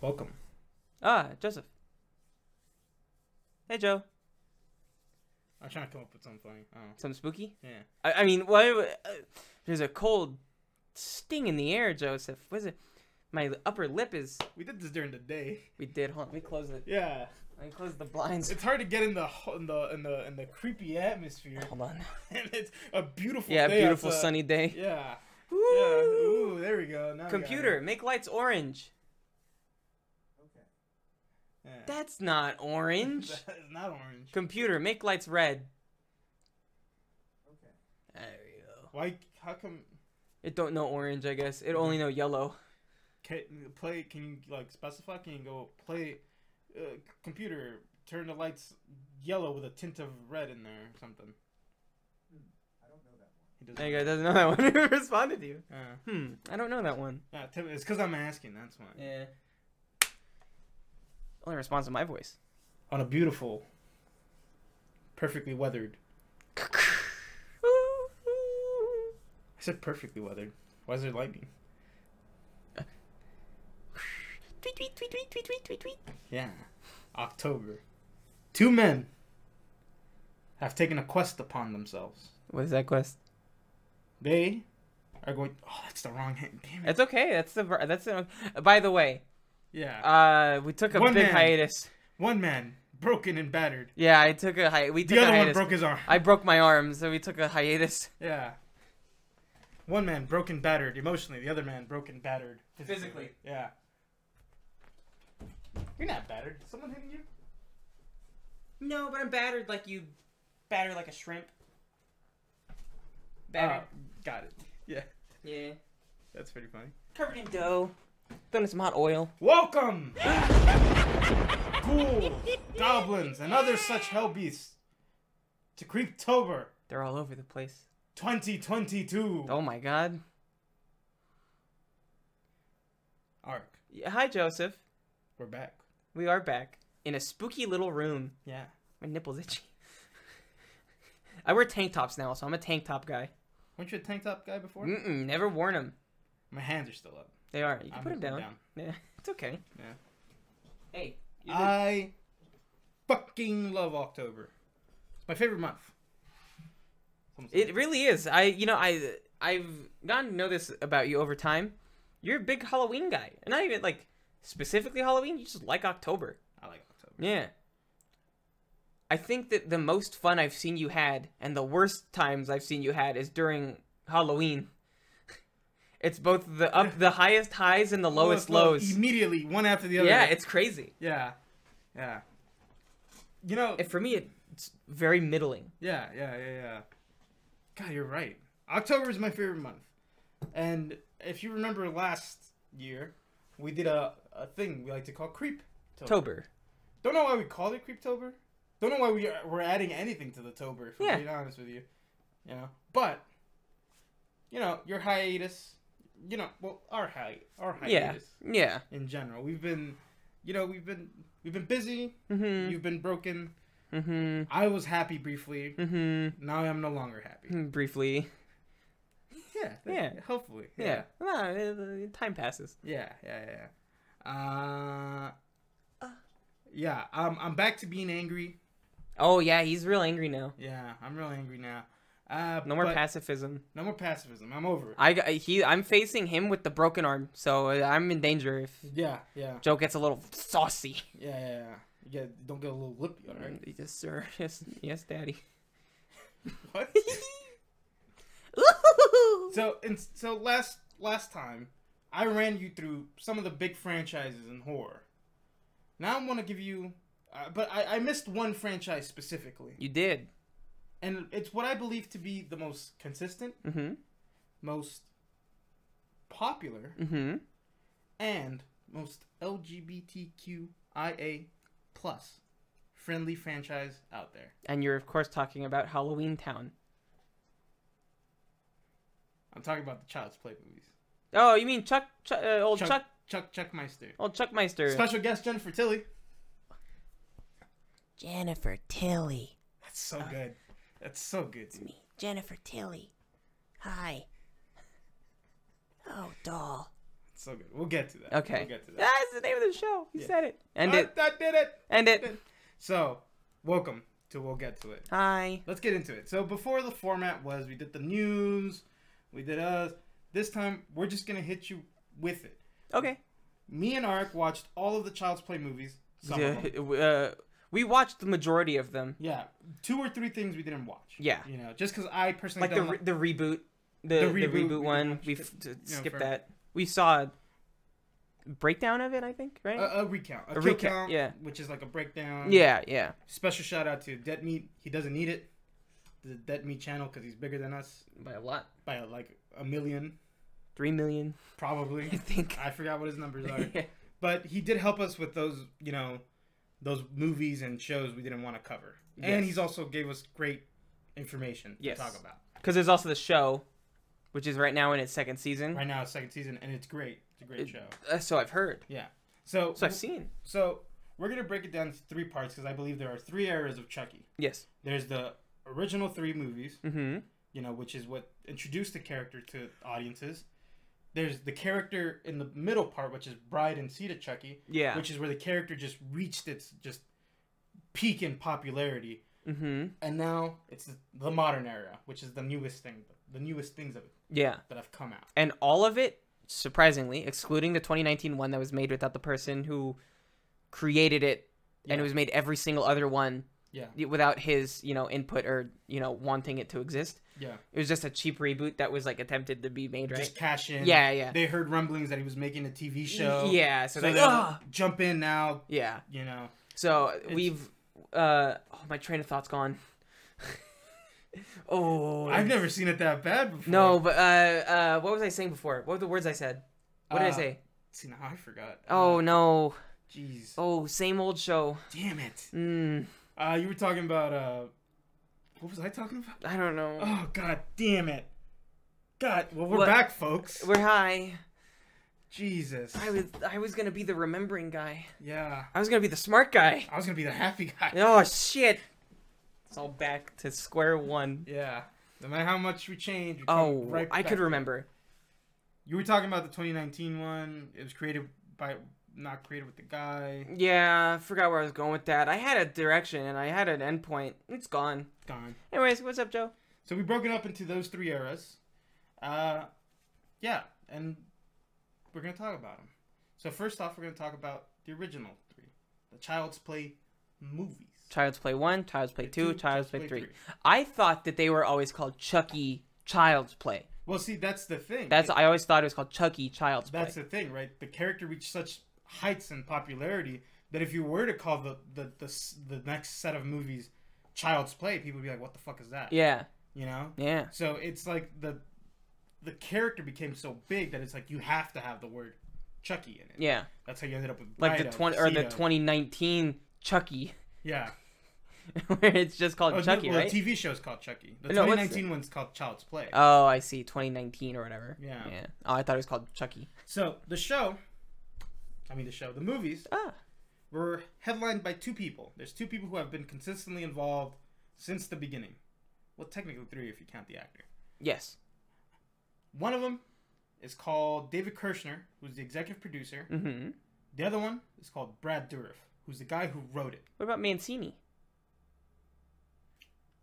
Welcome. Ah, Joseph. Hey, Joe. I'm trying to come up with something funny. Oh, Something spooky? yeah. I, I mean, why? w- Uh, there's a cold sting in the air, Joseph. What is it? My upper lip is. We did this during the day. We did. Hold on. Let me close the. Yeah. Let me close the blinds. It's hard to get in the ho- in the in the in the creepy atmosphere. Hold on. and it's a beautiful Yeah, day beautiful outside. sunny day. Yeah. Yeah. Woo! Ooh, there we go. Now we got it. Computer, make lights orange. Yeah. That's not orange. That is not orange. Computer, make lights red. There we go. Why? How come? It don't know orange, I guess. It only know yellow. Can, play? Can you like specify? Can you go play? Uh, c- computer, turn the lights yellow with a tint of red in there or something. Hmm. I don't know that one. There He you go. doesn't. It doesn't know that one. it responded to you. Uh, Hmm. I don't know that one. yeah, tell me- it's because I'm asking. That's why. Yeah. Eh. Only responds to my voice. On a beautiful, perfectly weathered. I said perfectly weathered. Why is there lightning? tweet, tweet, tweet, tweet, tweet, tweet, tweet, tweet. Yeah. October. Two men have taken a quest upon themselves. What is that quest? They are going. Oh, that's the wrong hand. Damn it. That's okay. That's the. That's the. By the way, Yeah. uh, we took a One big man. hiatus. One man broken and battered. Yeah, I took a hi. We The took a other one hiatus. broke his arm. I broke my arm, so we took a hiatus. Yeah. One man broken, battered emotionally. The other man broken, battered Physically. Yeah. You're not battered. Someone hitting you? No, but I'm battered like you batter like a shrimp. Uh, Oh. got it. Yeah, yeah. that's pretty funny. Covered in dough. Thrown in some hot oil. Welcome, ghouls, goblins, and other such hell beasts to Creeptober They're all over the place. 2022. Oh my god. Arc. Yeah, Hi, Joseph. We're back. We are back in a spooky little room. Yeah. My nipples itchy. I wear tank tops now, so I'm a tank top guy. Weren't you a tank top guy before? Mm-mm, never worn them. My hands are still up. They are. Mm. You can I'm put them gonna put down. 'em Yeah, it's okay. Yeah. Uh, Hey. you did- I fucking love October. It's my favorite month. Someone It said- really is. I, you know, I, I've gotten to know this about you over time. You're a big Halloween guy, and not even like specifically Halloween. You just like October. I like October. Yeah. I think that the most fun I've seen you had, and the worst times I've seen you had, is during Halloween. it's both the up the highest highs and the lowest low, lows. Immediately, one after the other. Yeah, it's crazy. yeah, yeah. You know, And for me, it's very middling. yeah, yeah, yeah, yeah. God, you're right. October is my favorite month, and if you remember last year, we did a, a thing we like to call creep. Tober. Don't know why we called it Creeptober. Don't know why we are, we're adding anything to the Tober. If I'm Yeah. being honest with you, you know. But you know, your hiatus. You know, well, our hi, our Yeah. hiatus Yeah. in general. We've been, you know, we've been we've been busy. Mm-hmm. You've been broken. Mm-hmm. I was happy briefly. Mm-hmm. Now I'm no longer happy. Briefly. Yeah. Yeah. Hopefully. Yeah. Nah, uh, time passes. Yeah. Yeah. Yeah. yeah. Uh. Yeah. Um. I'm back to being angry. Oh yeah, he's real angry now. Yeah. I'm real angry now. Uh, No more but- pacifism. No more pacifism. I'm over it. I got- he I'm facing him with the broken arm, so uh, I'm in danger if Yeah, yeah, Joe gets a little saucy. yeah, yeah, yeah. You get- don't get a little lippy, all right? Yes, sir. Yes, yes, daddy. What? Ooh. so, and s- so last last time, I ran you through some of the big franchises in horror. Now I want to give you, uh, but I, I missed one franchise specifically, you did. and it's what I believe to be the most consistent, Mhm. most popular, Mhm. and most LGBTQIA plus friendly franchise out there. And you're of course talking about Halloween Town. I'm talking about the Child's Play movies. Oh, you mean Chuck, Chuck uh, old Chuck, Oh, Chuck- Chuck Chuckmeister. old Chuckmeister. Special guest Jennifer Tilly. Jennifer Tilly. That's so Ah. good. That's so good. dude. Me, Jennifer Tilly. Hi. Oh, doll. That's So good. We'll get to that. Okay. We'll get to that. That's the name of the show. You Yeah. said it. End I, it. I did it. End it. So, welcome to We'll Get to It. Hi. Let's get into it. So, before the format was we did the news, we did us. This time, we're just going to hit you with it. Okay. Me and Arik watched all of the Child's Play movies. Some of them. Uh, we watched the majority of them. Yeah. Two or three things we didn't watch. Yeah. You know, just because I personally Like the don't re- the reboot, the the The reboot, reboot, we didn't one. watch We it. f- t- Yeah, skipped fair. that. We saw a breakdown of it. I think right. a, a recount, a, A kill recount, count, yeah. which is like a breakdown. yeah. Yeah. Special shout out to Dead Meat. He doesn't need it. The Dead Meat channel because he's bigger than us By a lot. by like a million, Three million, I probably. think. I forgot what his numbers are, Yeah. but he did help us with those, you know, those movies and shows we didn't want to cover. And Yes. he's also gave us great information Yes. to talk about. Because there's also the show, which is right now in its second season. Right now, it's second season, and it's great. It's a great It- show. Uh, so I've heard. Yeah. So, So I've seen. so we're gonna break it down into three parts because I believe there are three eras of Chucky. Yes. There's the original three movies, Mm-hmm. you know, which is what introduced the character to audiences. There's the character in the middle part, which is Bride and Seed of Chucky, Yeah. which is where the character just reached its just peak in popularity, mm-hmm. and now it's the modern era, which is the newest thing, the newest things of Yeah. that have come out. and all of it surprisingly excluding the 2019 one that was made without the person who created it and it Yeah. was made every single other one Yeah, y- without his you know input or you know wanting it to exist yeah. it was just a cheap reboot that was like attempted to be made right Just cash in. yeah yeah They heard rumblings that he was making a TV show. yeah so, So, like they "Ah!" jump in now. yeah You know. so It's- we've uh oh, my train of thought's gone oh I've never seen it that bad before. no but uh uh what was i saying before what were the words i said what did i Uh, say See now I forgot. Uh, oh no jeez. oh same old show Damn it. Mm, Uh, you were talking about uh, what was I talking about? I don't know. Oh god, damn it. God, well we're What? back, folks. We're high. Jesus. I was I was gonna be the remembering guy. Yeah, I was gonna be the smart guy. I was gonna be the happy guy. Oh shit! It's all back to square one. Yeah. No matter how much we change. We come Oh, right I back. could remember. You were talking about the 2019 one. It was created by, not created with the guy. Yeah, I forgot where I was going with that. I had a direction and I had an endpoint. It's gone. Gone. Anyways, what's up, Joe? So we broke it up into those three eras. Uh, yeah, and we're gonna talk about them. So first off, we're gonna talk about the original three, the Child's Play movies. Child's Play one, Child's Play two, Two, Child's Play three. I thought that they were always called Chucky Child's Play. Well, see, that's the thing. That's I always thought it was called Chucky Child's Play. that's the thing, right? The character reached such heights in popularity that if you were to call the the the, s- the next set of movies Child's Play, people would be like, "What the fuck is that?" Yeah, You know. yeah. So it's like the the character became so big that it's like you have to have the word Chucky in it. Yeah, That's how you ended up with like the Bride of twenty or the Cedo. twenty nineteen Chucky, Yeah, where it's just called oh, Chucky, well, right? The TV show's called Chucky. The No, what's 2019 one's called Child's Play. oh, I see, twenty nineteen or whatever. Yeah. Yeah. Oh, I thought it was called Chucky. so the show, I mean the show, the movies Ah. were headlined by two people. There's two people who have been consistently involved since the beginning. Well, technically three if you count the actor. Yes. One of them is called David Kirshner, who's the executive producer. Mm-hmm. The other one is called Brad Dourif, who's the guy who wrote it. What about Mancini?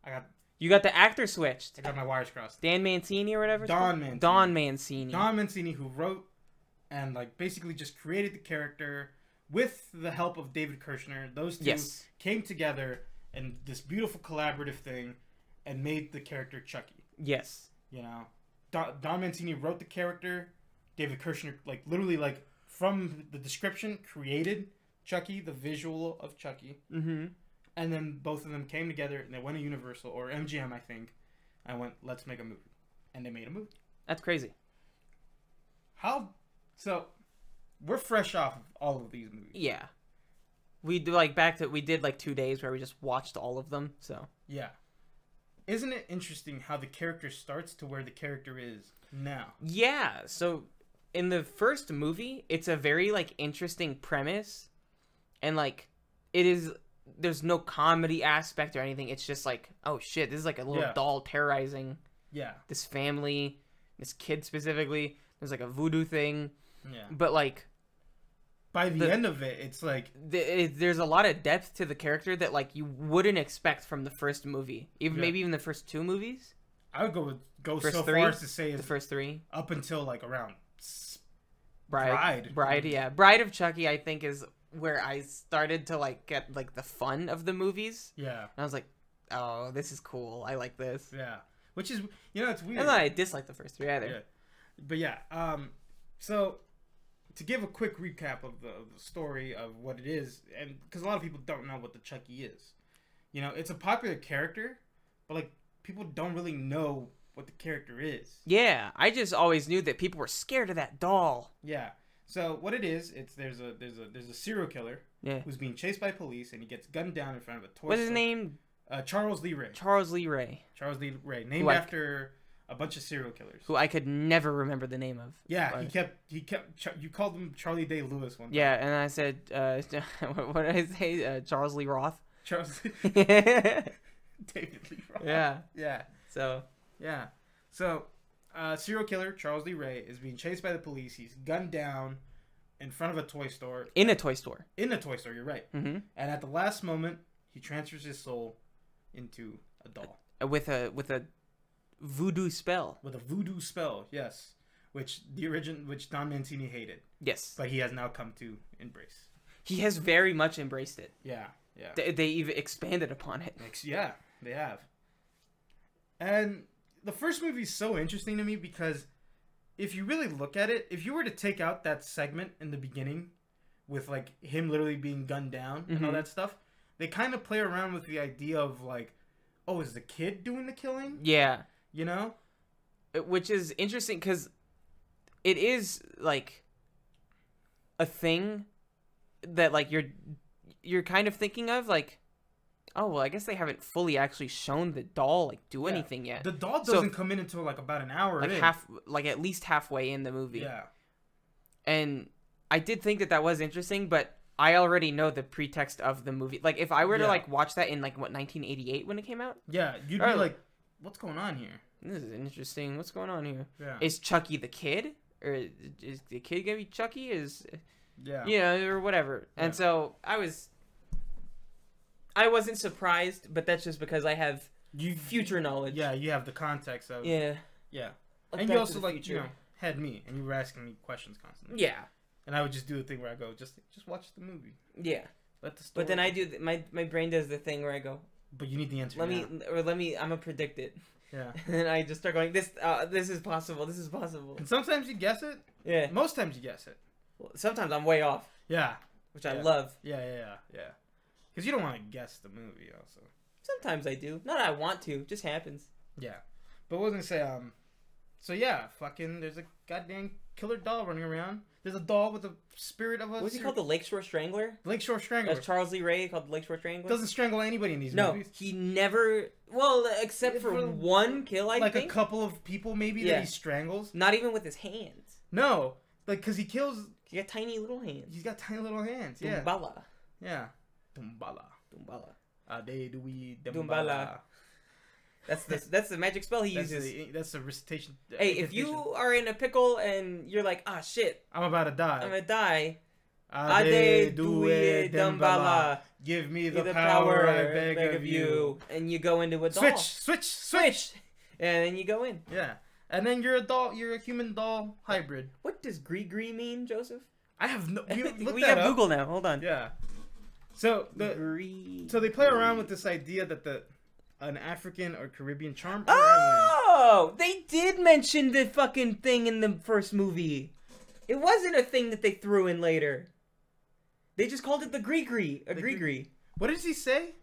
I got You got the actor switched. I got my wires crossed. Dan Mancini or whatever. it's Don called? Mancini. Don Mancini. Don Mancini, who wrote and like basically just created the character with the help of David Kirshner. Those two Yes. came together in this beautiful collaborative thing and made the character Chucky. Yes. You know, Don, Don Mancini wrote the character. David Kirshner, like literally, like from the description, created Chucky, the visual of Chucky, Mm-hmm. and then both of them came together and they went to Universal or MGM, I think, and went, "Let's make a movie," and they made a movie. That's crazy. How? So, we're fresh off of all of these movies. Yeah. We do like back to we did like two days where we just watched all of them. So Yeah. Isn't it interesting how the character starts to where the character is now? Yeah, so in the first movie, it's a very like interesting premise and like it is there's no comedy aspect or anything. It's just like, oh shit, this is like a little Yeah. doll terrorizing Yeah. this family, this kid specifically. There's like a voodoo thing. Yeah. but like By the, The- end of it, it's like th- it- there's a lot of depth to the character that like you wouldn't expect from the first movie, even Yeah. maybe even the first two movies, I would go with, go First so three? far as to say the is first three. up until like around s- Bride, Bride. Bride, yeah, Bride of Chucky. I think is where I started to like get like the fun of the movies, yeah, and I was like, oh, this is cool. I like this. yeah. Which is you know it's weird. And then I dislike the first three either. Yeah. but yeah um so to give a quick recap of the, of the story of what it is and because a lot of people don't know what the chucky is you know it's a popular character but like people don't really know what the character is Yeah, I just always knew that people were scared of that doll. yeah so what it is it's there's a there's a there's a serial killer Yeah. who's being chased by police and he gets gunned down in front of a torso What's his name? uh, charles lee ray Charles Lee Ray, charles lee ray named Like- after a bunch of serial killers who I could never remember the name of. yeah he Right. kept he kept Ch- you called him charlie day lewis one time. Yeah, and I said, uh, what what did I say? Uh, Charles Lee Roth. charles yeah. David Lee Roth. Yeah. So Yeah. So, uh, serial killer Charles Lee Ray is being chased by the police. He's gunned down in front of a toy store. in a toy store. In a toy store, you're right. Mm-hmm. And at the last moment, he transfers his soul into a doll Uh, With a with a voodoo spell. with a voodoo spell. Yes. Which the origin, which Don Mancini hated, Yes. but he has now come to embrace. He has very much embraced it. Yeah. Yeah. They, they even expanded upon it. Ex- Yeah, they have. And the first movie is so interesting to me because if you really look at it, if you were to take out that segment in the beginning with like him literally being gunned down and all Mhm. that stuff, they kind of play around with the idea of like, oh, is the kid doing the killing? Yeah. You know? which is interesting because it is like a thing that like you're you're kind of thinking of like oh well i guess they haven't fully actually shown the doll like do Yeah. anything yet The doll So- doesn't come in until like about an hour like in. half like at least halfway in the movie Yeah. and i did think that that was interesting but i already know the pretext of the movie like if i were Yeah. to like watch that in like what 1988 when it came out Yeah. You'd Right. be like, what's going on here? this is interesting what's going on here Yeah. is chucky the kid or is the kid gonna be chucky is yeah. you know, or whatever. And Yeah. so I was, I wasn't surprised, but that's just because I have You future knowledge. Yeah, you have the context of yeah, yeah. Like and Back you to also the like you Future. know had me and you were asking me questions constantly yeah, and i would just do the thing where i go just just watch the movie yeah. let the story But then I do th- my my brain does the thing where I go, but you need the answer let now. me or let me I'm gonna predict it, yeah and then I just start going this uh, this is possible, this is possible. and sometimes you guess it Yeah. most times you guess it Well, Sometimes I'm way off, yeah which I Yeah. love. yeah yeah yeah yeah because you don't want to guess the movie also Sometimes I do. Not I want to. It just happens. yeah but I was gonna say um so yeah fucking there's a goddamn killer doll running around there's a doll with the spirit of a What's he called? The Lakeshore Strangler. lakeshore strangler That's Charles Lee Ray called the Lakeshore Strangler. doesn't strangle anybody in these No, movies he never. Well, except for For- one kill, I like a think. couple of people maybe Yeah. that he strangles Not even with his hands. no like because he kills He got tiny little hands. He's got tiny little hands. Yeah. Dumbala. Yeah. Dumbala. Dumbala. Ah, they do we Dumbala. That's the that's the magic spell he That's uses. the, that's the recitation. Hey, if incantation. you are in a pickle and you're like, ah, shit, I'm about to I'm die. gonna die. Ah, they Ade do due it, Dumbala. Dumbala. Give me Be the, power, I beg, of you. And you go into a doll. Switch, switch, switch. Switch. And then you go in. Yeah. And then you're a doll. You're a human doll hybrid. What does gree gree mean, Joseph? I have no. We, look we that got up. Google now. Hold on. Yeah. So the Gree. so they play around with this idea that the an African or Caribbean charm. or alien- Oh, they did mention the fucking thing in the first movie. It wasn't a thing that they threw in later. They just called it the Gree-Gree, a The gre- Gree-Gree. What does he say?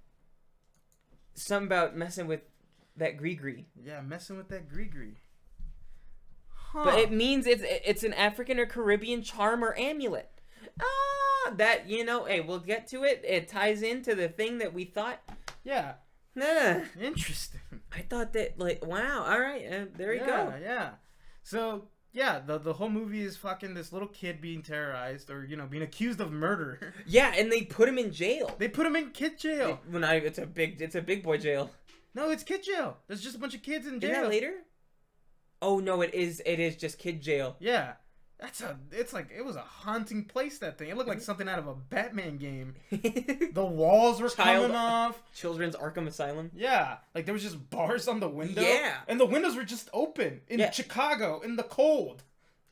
Something about messing with that Gree-Gree. Yeah, messing with that gree Huh. But it means it's it's an African or Caribbean charm or amulet. Ah, that you know, hey, we'll get to it. It ties into the thing that we thought. yeah, Nah, interesting. I thought that like, wow, all right, uh, there you yeah, go. Yeah. So yeah, the the whole movie is fucking this little kid being terrorized or you know being accused of murder. Yeah, and they put him in jail. they put him in kid jail. When I, it's a big, it's a big boy jail. No, it's kid jail. There's just a bunch of kids in jail. Isn't that later? Oh no, it is. It is just kid jail. Yeah. That's a. It's like it was a haunting place. That thing. It looked like Mm-hmm. something out of a Batman game. The walls were Child- coming off. Children's Arkham Asylum. Yeah, like there was just bars on the window. Yeah. and the windows were just open in Yeah. Chicago in the cold.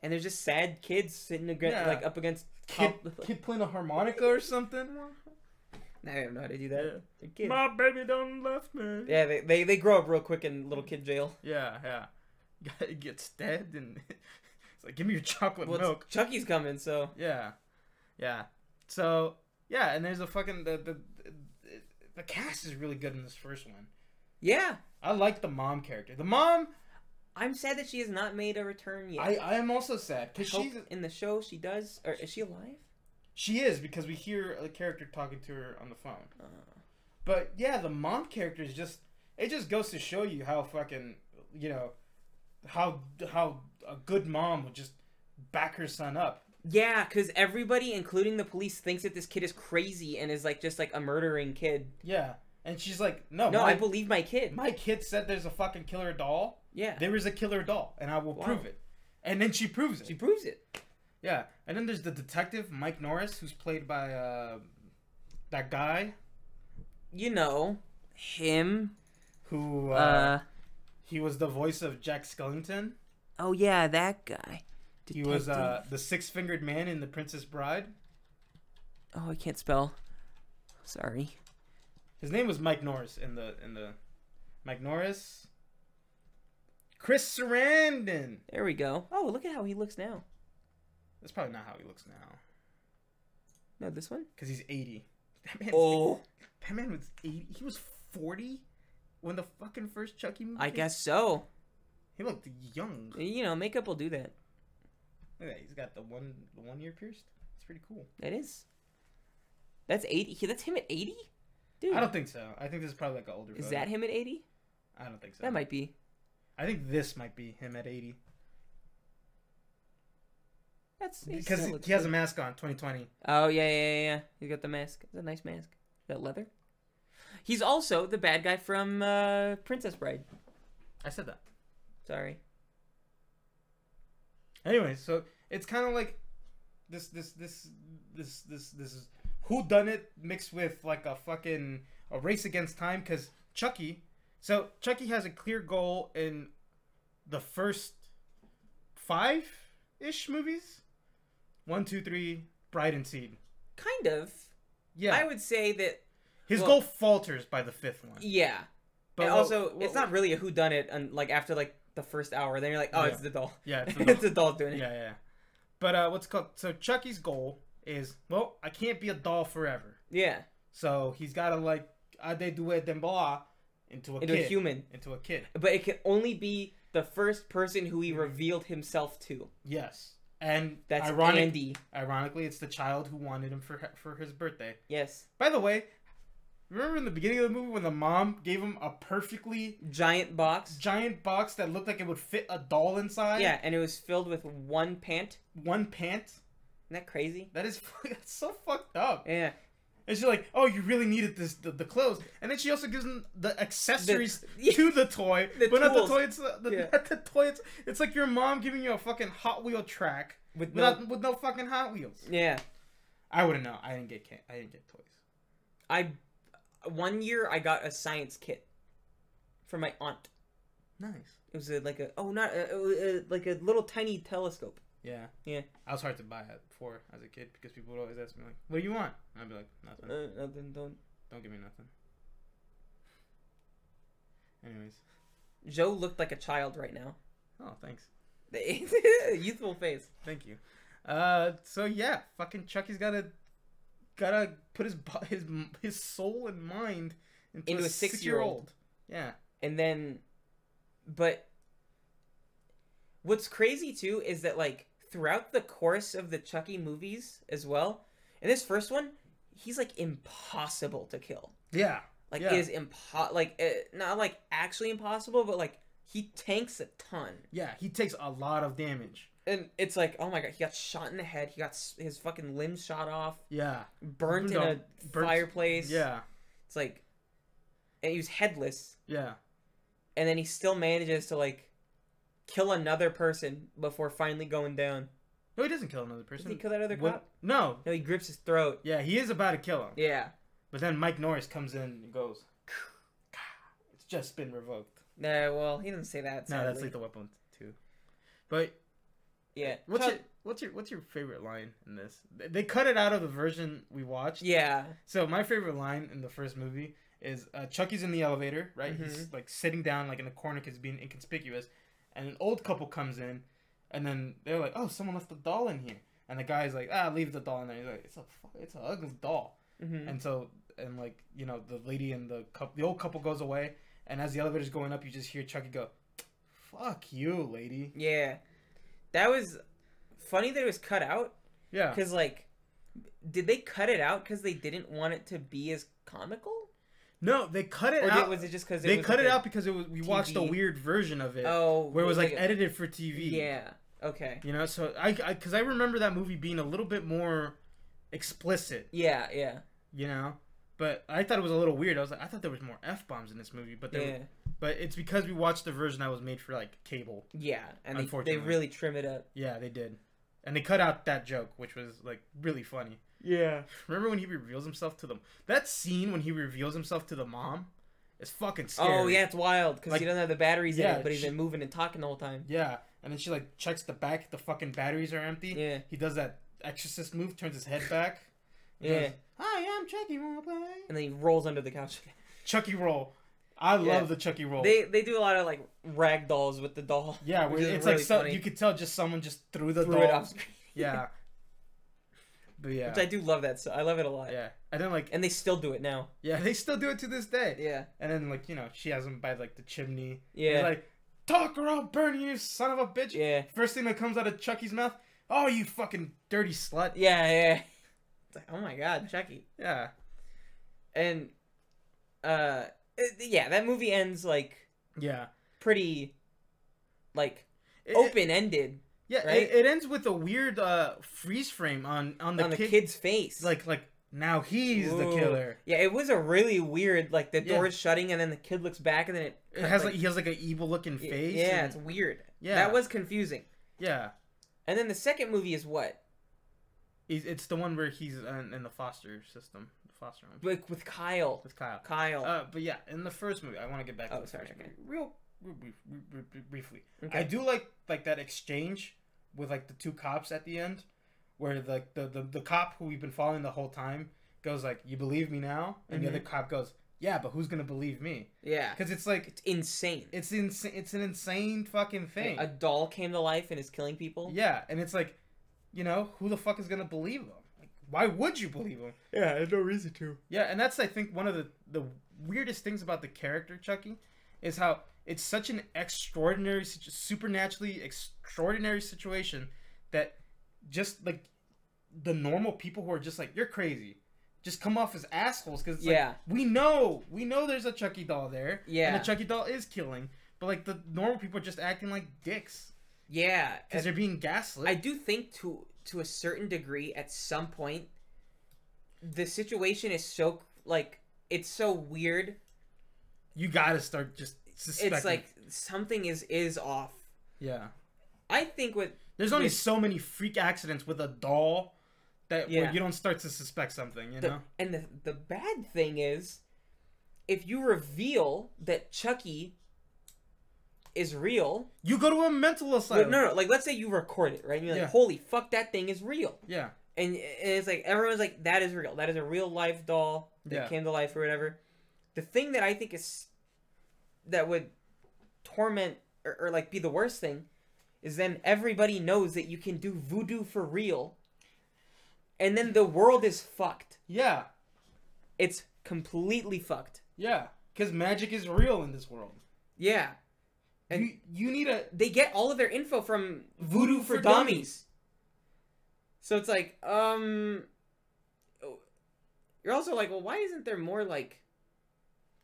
And there's just sad kids sitting against, Yeah. like up against. Kid, Top... kid playing a harmonica or something. Nah, I don't know how to do that. They're kids. My baby done left me. Yeah, they, they they grow up real quick in little kid jail. Yeah, yeah. Guy gets stabbed and it's like, give me your chocolate Well, it's- milk. Chucky's coming, so Yeah, yeah. So yeah, and there's a fucking the the the, the cast is really good in this first one. yeah. I like the mom character. The mom, I'm sad that she has not made a return yet. I I am also sad I because hope she's in the show she does, or is she alive? she is because we hear a character talking to her on the phone. Uh, But yeah, the mom character is just it just goes to show you how fucking you know how how a good mom would just back her son up. yeah, because everybody, including the police, thinks that this kid is crazy and is like just like a murdering kid. Yeah, and she's like, no, No, my, I believe my kid. my kid said there's a fucking killer doll. yeah, There is a killer doll, and I will Wow. prove it. And then she proves it. she proves it. Yeah, and then there's the detective Mike Norris, who's played by uh, that guy You know, him. who uh, Uh, he was the voice of Jack Skellington. oh yeah, that guy. He was uh, the six-fingered man in The Princess Bride. Oh, I can't spell. Sorry. His name was Mike Norris in the in the Mike Norris. Chris Sarandon. There we go. Oh, look at how he looks now. That's probably not how he looks now, No, this one. because he's eighty. That man's, Oh, that man was eighty. He was forty when the fucking first Chucky movie. I came- guess so. he looked young. You know, makeup will do that. Look at that, he's got the one the one ear pierced. It's pretty cool. That is. That's eighty. That's him at eighty, dude. I don't think so. I think this is probably like an older. Is photo. that him at eighty? I don't think so. That might be. I think this might be him at eighty That's he because still he, looks he has a good. mask on. Twenty twenty. Oh yeah, yeah, yeah, yeah. He's got the mask. It's a nice mask. That leather. He's also the bad guy from uh, Princess Bride. I said that. Sorry. Anyway, so it's kind of like this this this this this this is who done it mixed with like a fucking a race against time because Chucky. So Chucky has a clear goal in the first five ish movies. One, two, three, Bride and Seed. Kind of. Yeah, I would say that. his well- goal falters by the fifth one. Yeah. But what- also, what- it's not really a who done it. And like after like the first hour, then you're like, oh, Yeah. it's the doll. Yeah, it's it's, the the doll doing it. Yeah, yeah. But uh, what's called so Chucky's goal is well, I can't be a doll forever, Yeah. so he's got to like ade due dembola into a Into kid, a human, into a kid. but it can only be the first person who he revealed himself to. Yes, and That's ironic- Andy. Ironically, it's the child who wanted him for for his birthday. Yes. By the way, remember in the beginning of the movie when the mom gave him a perfectly Giant box. giant box that looked like it would fit a doll inside? Yeah, and it was filled with one pant. one pant. Isn't that crazy? That is that's so fucked up. Yeah. And she's like, "Oh, you really needed this the, the clothes." And then she also gives him the accessories The- to the toy, The but not tools. the toy. It's the, the, Yeah. not the toy. It's, it's like your mom giving you a fucking Hot Wheel track With with no, not, with no fucking Hot Wheels. yeah. I wouldn't know. I didn't get can- I didn't get toys. I one year I got a science kit from my aunt. Nice. It was a, like a oh not a, a, a- like a little tiny telescope. Yeah. Yeah. I was hard to buy at four as a kid because people would always ask me like, "What do you want?" And I'd be like, "Nothing. Uh, nothing, don't. Don't give me nothing." Anyways. Joe looked like a child right now. Oh, thanks. Youthful face. Thank you. Uh, so yeah, fucking Chucky's gotta gotta put his bo- his his soul and mind into, Into a a six, year six-year-old. old. Yeah, And then, but what's crazy too is that like throughout the course of the Chucky movies as well, in this first one, he's like impossible to kill. yeah, like Yeah. is impo like uh, not like actually impossible but like he tanks a ton yeah. He takes a lot of damage. and it's like oh my god he got shot in the head he got s- his fucking limbs shot off Yeah, burnt in No, a burnt- fireplace yeah, it's like and he was headless yeah, and then he still manages to like kill another person before finally going down No, he doesn't kill another Does person. he kill that other When- cop? No. No, he grips his throat. Yeah, he is about to kill him. Yeah. But then Mike Norris comes in and goes, "It's just been revoked." No, well, he didn't say that. No, that's sadly. Lethal Weapon two. But Yeah. what's Cut- your, what's your what's your favorite line in this? They- They cut it out of the version we watched. Yeah. So my favorite line in the first movie is uh, Chucky's in the elevator, right? He's Mm-hmm. like sitting down, like in the corner, because being inconspicuous, and an old couple comes in, and then they're like, "Oh, someone left the doll in here," and the guy's like, "Ah, leave the doll in there." He's like, "It's a fu- it's a ugly doll," Mhm. and so and like you know the lady and the couple, the old couple goes away, and as the elevator's going up, you just hear Chucky go, "Fuck you, lady." Yeah. That was funny that it was cut out Yeah. because, like, did they cut it out because they didn't want it to be as comical? No, they cut it Or out. did, was it just because they was cut like it a- out because it was we watched a TV? weird version of it. Oh, Where it was like a- edited for TV. Yeah. Okay. You know, so I, I, cause I remember that movie being a little bit more explicit, Yeah. Yeah. you know, but I thought it was a little weird. I was like, I thought there was more f bombs in this movie, but there, Yeah. but it's because we watched the version that was made for like cable. Yeah. And they, they Unfortunately. really trim it up. Yeah, they did, and they cut out that joke, which was like really funny. Yeah. Remember when he reveals himself to them? That scene when he reveals himself to the mom is fucking scary. Oh yeah, it's wild because Like- he doesn't have the batteries in Yeah, it, but he's she- been moving and talking the whole time. Yeah, and then she like checks the back, the fucking batteries are empty. Yeah. He does that exorcist move, turns his head back. and Yeah. goes, Hi, I'm Chucky. Wanna play? And then he rolls under the couch. Chucky roll. I Yeah. love the Chucky roll. They they do a lot of like rag dolls with the doll. Oh. yeah, where which is it's really like so, funny. you could tell just someone just threw the threw doll. it off screen. Yeah. But yeah, Which I do love that. So I love it a lot. yeah, and then like And they still do it now. yeah, they still do it to this day. Yeah. And then like you know she has him by like the chimney. Yeah. He's like, talk or I'll burn you, son of a bitch. yeah. First thing that comes out of Chucky's mouth, oh you fucking dirty slut. Yeah. Yeah. It's like, oh my god, Chucky. Yeah. And uh, it- yeah, that movie ends like Yeah. pretty like It- it- open ended Yeah, right? it, it ends with a weird uh, freeze frame on on the, on the kid, kid's face. Like like now he's the Ooh. killer. Yeah, it was a really weird. Like the Yeah. door is shutting, and then the kid looks back, and then it, It has like he has like an evil looking y- face. Yeah, and- it's weird. yeah, that was confusing. yeah. And then the second movie is what It's, it's the one where he's in, in the foster system, the foster home like with Kyle. with Kyle. Kyle. Uh, but yeah, in the first movie, I want to get back Oh, to the sorry, first okay. movie real, real brief, real brief- briefly. Okay. I do like like that exchange with like the two cops at the end, where like the, the the cop who we've been following the whole time goes like, "You believe me now," and Mhm. the other cop goes, "Yeah, but who's gonna believe me?" yeah, Because it's like it's insane. it's insane. It's an insane fucking thing. A doll came to life and is killing people. Yeah, and it's like, you know, who the fuck is gonna believe him? Like, why would you believe him? Yeah, there's no reason to. Yeah, and that's I think one of the the weirdest things about the character Chucky is how it's such an extraordinary, situ- supernaturally extraordinary situation that just like the normal people who are just like you're crazy, just come off as assholes because Yeah. we know we know there's a Chucky doll there, and Yeah. the Chucky doll is killing, but like the normal people are just acting like dicks Yeah, because they're being gaslit. I do think to to a certain degree at some point the situation is so like it's so weird. you gotta start just suspecting. It's like something is is off. yeah. I think what There's only With- so many freak accidents with a doll that where Yeah. you don't start to suspect something, you the, know? and the the bad thing is if you reveal that Chucky is real. You go to a mental No, asylum. no, like let's say you record it, right? And you're like, Yeah. "Holy fuck, that thing is real." Yeah. and, and it's like everyone's like that is real that is a real life doll that Yeah. came to life or whatever the thing that i think is that would torment or, or like be the worst thing is then everybody knows that you can do voodoo for real and then the world is fucked Yeah. it's completely fucked Yeah. Because magic is real in this world. yeah And- you, you need a. they get all of their info from voodoo, Voodoo for, for dummies. Dummies. so it's like um you're also like well why isn't there more like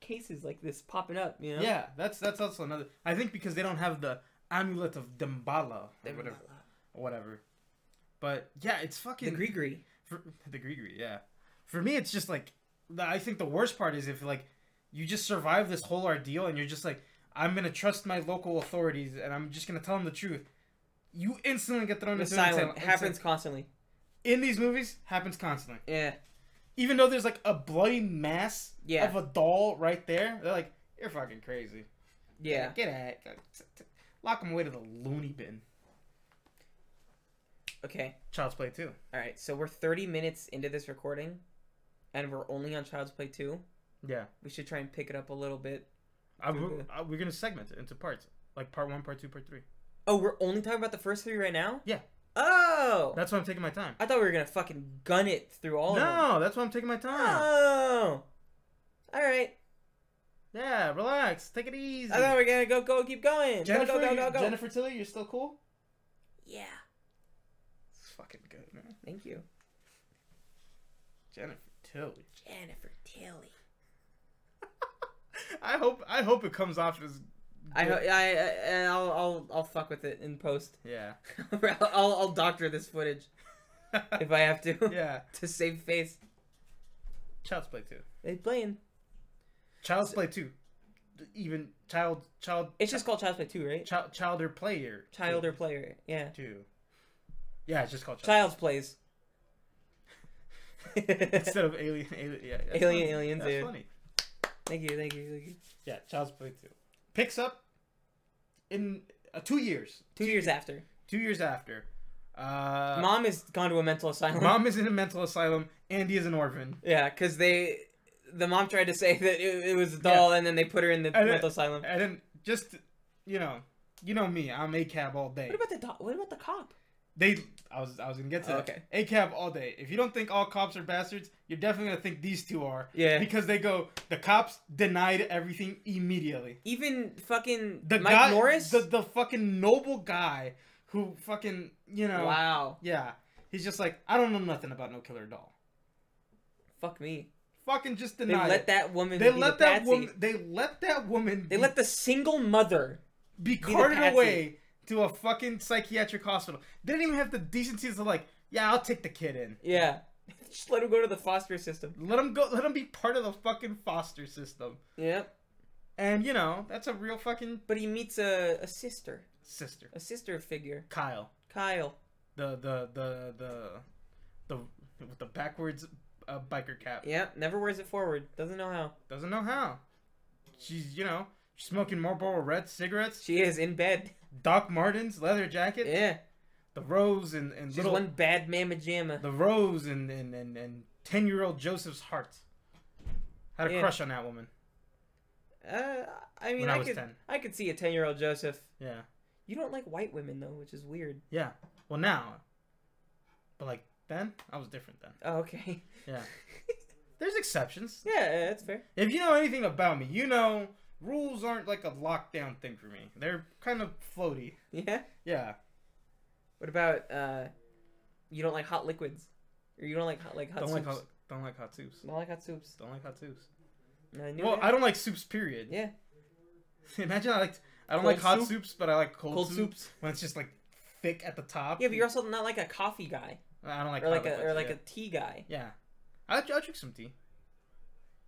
cases like this popping up you know Yeah, that's that's also another. I think because they don't have the amulet of Dambala or Them- whatever. Or whatever. But yeah, it's fucking. the grigri For, the Grigri, yeah. For me, it's just like the- I think the worst part is if like you just survive this whole ordeal and you're just like I'm gonna trust my local authorities and I'm just gonna tell them the truth. you instantly get thrown The into silent insane- happens insane- constantly. in these movies happens constantly. Yeah. Even though there's like a bloody mass Yeah. of a doll right there, they're like, "You're fucking crazy." Yeah. Get at it. Lock them away to the loony bin. Okay. Child's Play too. All right. So we're 30 minutes into this recording, and we're only on Child's Play 2. Yeah. We should try and pick it up a little bit. I, Through we're, I- we're gonna segment it into parts, like part one, part two, part three. Oh, we're only talking about the first three right now? Yeah. Oh! That's why I'm taking my time. I thought we were gonna fucking gun it through all of them. no, that's why I'm taking my time. Oh! Alright. Yeah, relax, take it easy. I thought we were gonna go, go, keep going. Jennifer, go, go, go, you- go, go. Jennifer Tilly, you're still cool. Yeah. It's fucking good, man. Thank you. Jennifer Tilly. Jennifer Tilly. I hope I hope it comes off as. I, ho- good. I, I, and I'll, I'll, I'll fuck with it in post. Yeah. I'll, I'll doctor this footage if I have to yeah. to save face. Child's Play two. They playing. Child's Play two. Even child child It's just called Child's Play Two, right? child childer player Child or player, yeah. two. Yeah, it's just called Child's Child's plays. thank instead of alien alien yeah that's Alien, funny. Alien, that's dude. funny you, thank you, thank you. yeah child's play 2 picks up in uh, two years Two years after, two years after uh mom, mom has gone to a mental asylum. is in a mental asylum andy is an orphan Yeah, because they, the mom tried to say that it, it was a doll, and then they put her in the And it- mental asylum. and then just you know you know me i'm a cab all day What about the doll? What about the cop? they i was i was gonna get to Oh, that. okay. a cab all day if you don't think all cops are bastards you're definitely gonna think these two are Yeah. because they go the cops denied everything immediately Even fucking the Mike guy, Norris. the, the fucking noble guy who fucking you know Wow, Yeah. He's just like, I don't know nothing about no killer doll. fuck me. Fucking just They deny let it. that woman. They be let the that patsy. woman they let that woman They be, let the single mother. be the carted patsy. away to a fucking psychiatric hospital. They didn't even have the decency to like, yeah, I'll take the kid in. Yeah, just let her go to the foster system. Let him go let him be part of the fucking foster system. Yep. And you know, that's a real fucking But he meets a, a sister, sister. a sister figure, Kyle. Kyle. The the the the the with the backwards uh, biker cap. Yep. Never wears it forward. Doesn't know how. Doesn't know how. She's you know, smoking Marlboro red cigarettes. She is in bed. Doc Martens leather jacket, Yeah. the rose and and She's little one bad mama jamma. the rose and and and and ten year old Joseph's heart. Had a Yeah. crush on that woman. Uh, I mean, When I I, was could 10. I could see a ten year old Joseph. Yeah, You don't like white women though, which is weird. yeah. Well now, but like then, I was different then. Oh, okay. Yeah. There's exceptions. Yeah, that's fair. If you know anything about me, you know rules aren't like a lockdown thing for me. They're kind of floaty. Yeah. Yeah. What about uh, you don't like hot liquids, or you don't like hot like hot don't soups? like hot, don't like hot soups. Don't like hot soups. Don't like hot soups. I knew Well, that. I don't like soups. Period. Yeah. Imagine I like I don't Cold like hot soup? soups, but I like cold, Cold soups. soups. when it's just like thick at the top. Yeah, but you're also not like a coffee guy I don't like or like hot a or liquids, like yeah. a tea guy. yeah. I'll, I'll drink some tea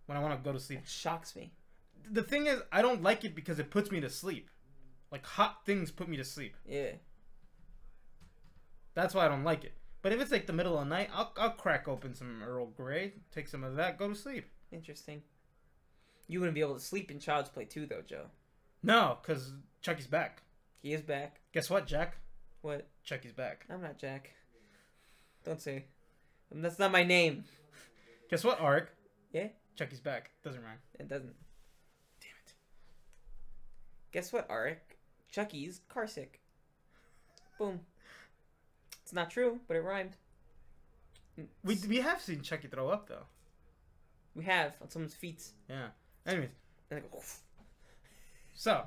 when I want to go to sleep. It shocks me. The thing is, I don't like it because it puts me to sleep. Like hot things put me to sleep. Yeah. That's why I don't like it. But if it's like the middle of the night, I'll, I'll crack open some Earl Grey, take some of that, go to sleep. Interesting. You wouldn't be able to sleep in Child's Play 2 though, Joe. No, because Chucky's back. He is back. Guess what, Jack? What? Chucky's back. I'm not Jack. Don't say. Um, That's not my name. Guess what, Arik? Yeah? Chucky's back. Doesn't rhyme. It doesn't. Damn it. Guess what, Arik? Chucky's car sick. Boom. It's not true, but it rhymed. We, we have seen Chucky throw up, though. We have on someone's feet. Yeah. Anyways, And they go, "Oof." So,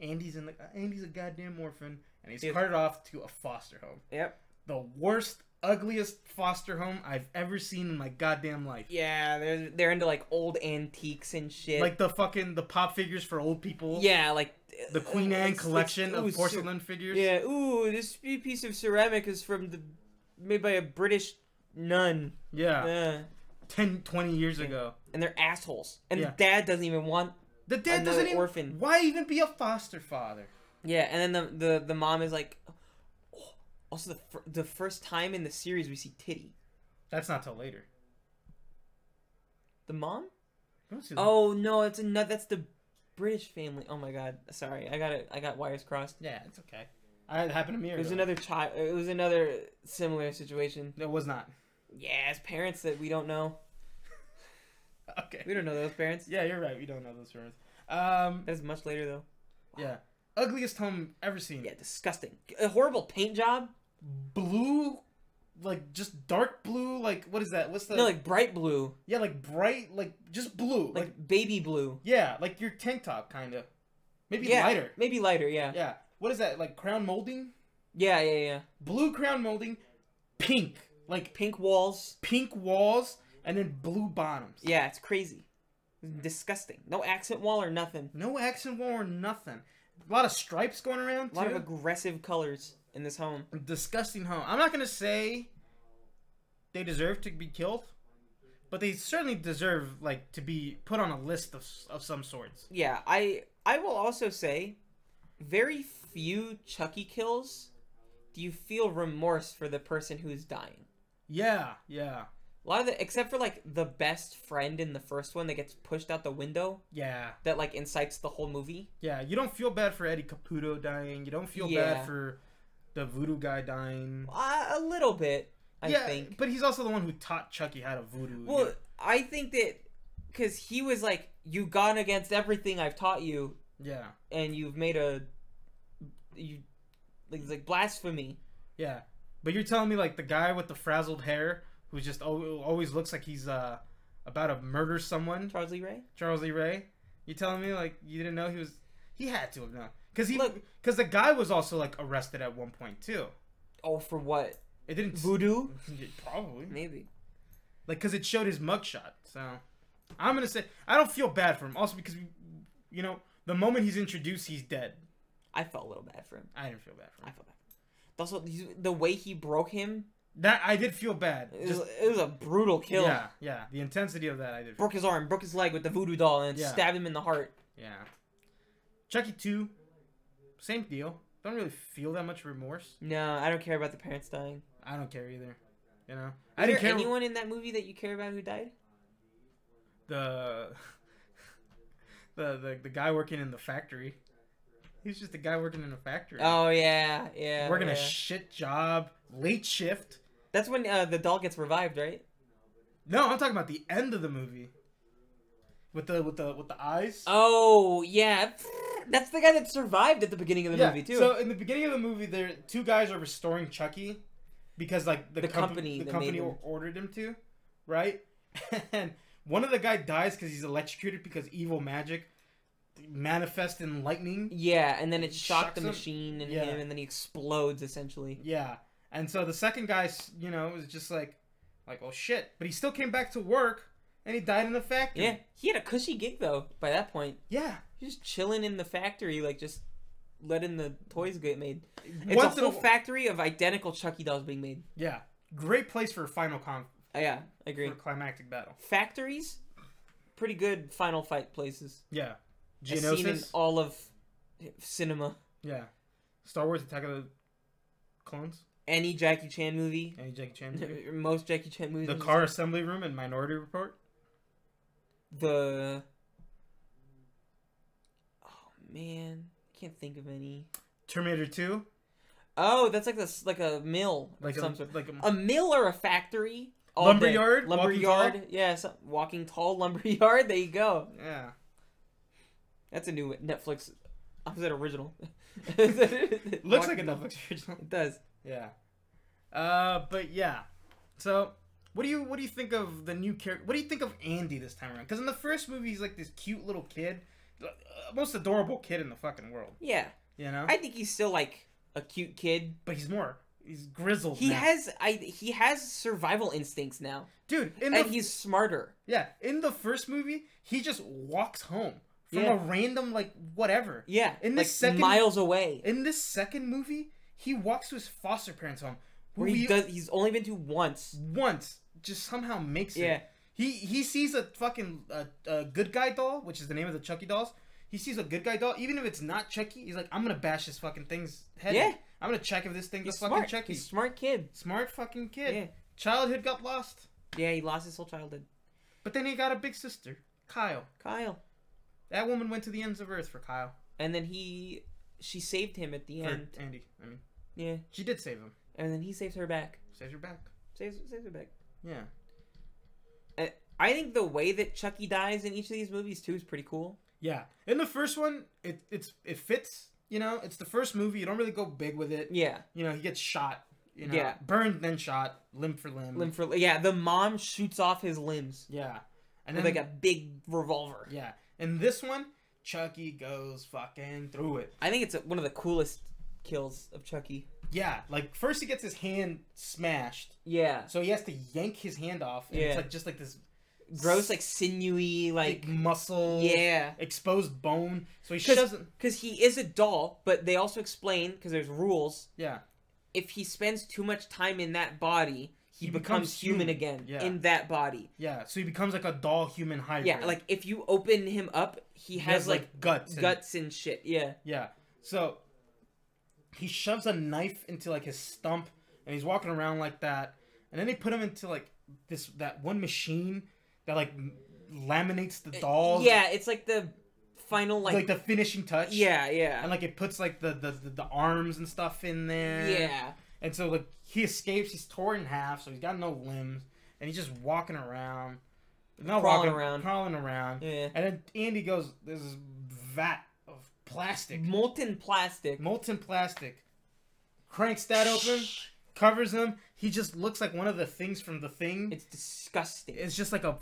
Andy's in the Andy's a goddamn orphan, and he's Yes. carted off to a foster home. Yep. The worst, ugliest foster home I've ever seen in my goddamn life. Yeah, they're they're into like old antiques and shit. Like the fucking the pop figures for old people. Yeah, like The Queen uh, Anne it's- collection it's- ooh, of cer- porcelain figures. yeah, ooh, this piece of ceramic is from the made by a British nun. Yeah. Uh, 10, 20 years ago. and they're assholes. And Yeah. the dad doesn't even want. The dad Another doesn't even orphan. why even be a foster father? Yeah, and then the the, the mom is like, Also, the fir- the first time in the series we see Titty, That's not till later. the mom. We don't see them- Oh no, it's another. That's the British family. Oh my god, sorry, I got it. I got wires crossed. yeah, it's okay. I, it happened to me. It was earlier. another child. It was another similar situation. It was not. Yeah, it's parents that we don't know. Okay. We don't know those parents. Yeah, you're right. We don't know those words. Um, That's much later though. yeah. Ugliest home ever seen. Yeah, disgusting. A horrible paint job. Blue, like just dark blue. Like what is that? What's the? no, like bright blue, yeah, like bright, like just blue. like, Like, baby blue. yeah, like your tank top kind of. Maybe yeah, lighter. Maybe lighter. Yeah. Yeah. What is that? Like crown molding? Yeah, yeah, yeah. Blue crown molding, pink, like Pink walls. pink walls, and then blue bottoms. Yeah, it's crazy. Disgusting. No accent wall or nothing. No accent war, nothing. A lot of stripes going around. A lot too. of aggressive colors in this home. disgusting home. I'm not gonna say they deserve to be killed, but they certainly deserve like to be put on a list of of some sorts. Yeah, I I will also say, very few Chucky kills. Do you feel remorse for the person who's dying? Yeah, yeah, A lot of the, except for like the best friend in the first one that gets pushed out the window, yeah, that like incites the whole movie. yeah. You don't feel bad for Eddie Caputo dying. You don't feel Yeah. bad for the voodoo guy dying. Uh, a little bit, I yeah, think. but he's also the one who taught Chucky how to voodoo. Well, I think that because he was like, "You've gone against everything I've taught you, yeah, and you've made a you like, it's like blasphemy." yeah. But you're telling me like the guy with the frazzled hair who just al- always looks like he's uh about to murder someone. Charles Lee Ray. Charles E. Ray. You telling me like you didn't know he was? He had to have known because he Look- because the guy was also like arrested at one point too. Oh, for what? It didn't s- Voodoo? Yeah, probably like Maybe. because it showed his mugshot. So I'm gonna say I don't feel bad for him. Also because we, you know the moment he's introduced, he's dead. I felt a little bad for him. I didn't feel bad for I him. felt bad. Also, he's- the way he broke him, That I did feel bad. it was, Just it was a brutal kill. yeah, yeah. The intensity of that I did. Feel, Broke his arm, broke his leg with the voodoo doll, and Yeah. stabbed him in the heart. yeah. Chucky two, same deal. Don't really feel that much remorse. No, I don't care about the parents dying. I don't care either. You know, Is I didn't there care. anyone in that movie that you care about who died? the the the, the guy working in the factory. He's just a guy working in a factory. Oh yeah, yeah. working yeah. a shit job, late shift. That's when uh, the doll gets revived, right? No, I'm talking about the end of the movie. With the with the with the eyes. Oh yeah, that's the guy that survived at the beginning of the movie too. So in the beginning of the movie, there two guys are restoring Chucky because like the, The compa- company the that company made him. or- ordered him to, right? And one of the guy dies because he's electrocuted because evil magic manifests in lightning. yeah, and then it Shocks shocked the him. machine and Yeah. him, and then he explodes essentially. Yeah. And so the second guy, s- you know, was just like, like, oh shit. But he still came back to work and he died in the factory. Yeah, he had a cushy gig though. By that point, Yeah. he's just chilling in the factory, like just letting the toys get made. It's Once a in a whole wh- factory of identical Chucky dolls being made. Yeah. Great place for a final con Oh, yeah, I for agree. a climactic battle. Factories, pretty good final fight places. Yeah. As seen in Geonosis. all of cinema. yeah. Star Wars Attack of the Clones. Any Jackie Chan movie, Any Jackie Chan movie. most Jackie Chan movies. the I'm just car assembly room in Minority Report. the oh man I can't think of any Terminator 2. oh that's like this like a mill of Like a, some sort like a, a mill or a factory All Lumberyard? day. Walking lumberyard yeah some, walking tall lumberyard there you go yeah. that's a new Netflix I was that original Looks like a Walking Tall. Netflix original. it does Yeah. Uh, but yeah. So, what do you what do you think of the new character? What do you think of Andy this time around? Because in the first movie, he's like this cute little kid, the uh, most adorable kid in the fucking world. yeah You know, I think he's still like a cute kid but he's more he's grizzled. he now. has I he has survival instincts now dude. In the, and he's smarter yeah, in the first movie, he just walks home from Yeah. a random like whatever. yeah In the like second- miles away In this second movie, he walks to his foster parents' home, who Where he he does, he's only been to once. once just somehow makes it. Yeah. He he sees a fucking uh, a good guy doll, which is the name of the Chucky dolls. He sees a good guy doll, even if it's not Chucky. He's like, I'm gonna bash this fucking thing's head. in. Yeah. I'm gonna check if this thing's He's a fucking smart. Chucky. He's a smart kid. Smart fucking kid. Yeah. Childhood got lost, Yeah, he lost his whole childhood. but then he got a big sister, Kyle. Kyle. That woman went to the ends of Earth for Kyle. And then he she saved him at the For end. Andy. I mean, Yeah. she did save him. And then he saved her back. Saves her back. Saves saves her back. Yeah. Uh, I think the way that Chucky dies in each of these movies too is pretty cool. Yeah. In the first one, it it's it fits. You know, it's the first movie. You don't really go big with it. Yeah. You know, he gets shot. You know, Yeah. burned then shot, limb for limb. Limb for yeah, the mom shoots off his limbs Yeah. And with then like a big revolver. yeah. And this one, Chucky goes fucking through it. I think it's one of the coolest kills of Chucky. Yeah. Like first he gets his hand smashed, Yeah, so he has to yank his hand off. And Yeah. It's like just like this gross, like sinewy, like big muscle. yeah. Exposed bone. So he 'Cause- shoves. it- Because he is a doll, but they also explain because there's rules. Yeah. If he spends too much time in that body, He he, becomes, becomes human, human. again Yeah. in that body. Yeah, so he becomes like a doll human hybrid. Yeah, like if you open him up, he he has, like, guts. and- guts and shit. Yeah, Yeah. So he shoves a knife into like his stump, and he's walking around like that. And then they put him into like this that one machine that like m- laminates the dolls. Eh, yeah. It's like the final like, like, the finishing touch. yeah, yeah, And like it puts like the, the the the arms and stuff in there. yeah. And so like he escapes. He's torn in half, so he's got no limbs, and he's just walking around. Not Crawling walking around. Crawling around. Yeah. And then Andy goes, "There's this vat of plastic, Molten plastic. molten plastic." Cranks that open, covers him. He just looks like one of the things from the thing. It's, It's disgusting. just like a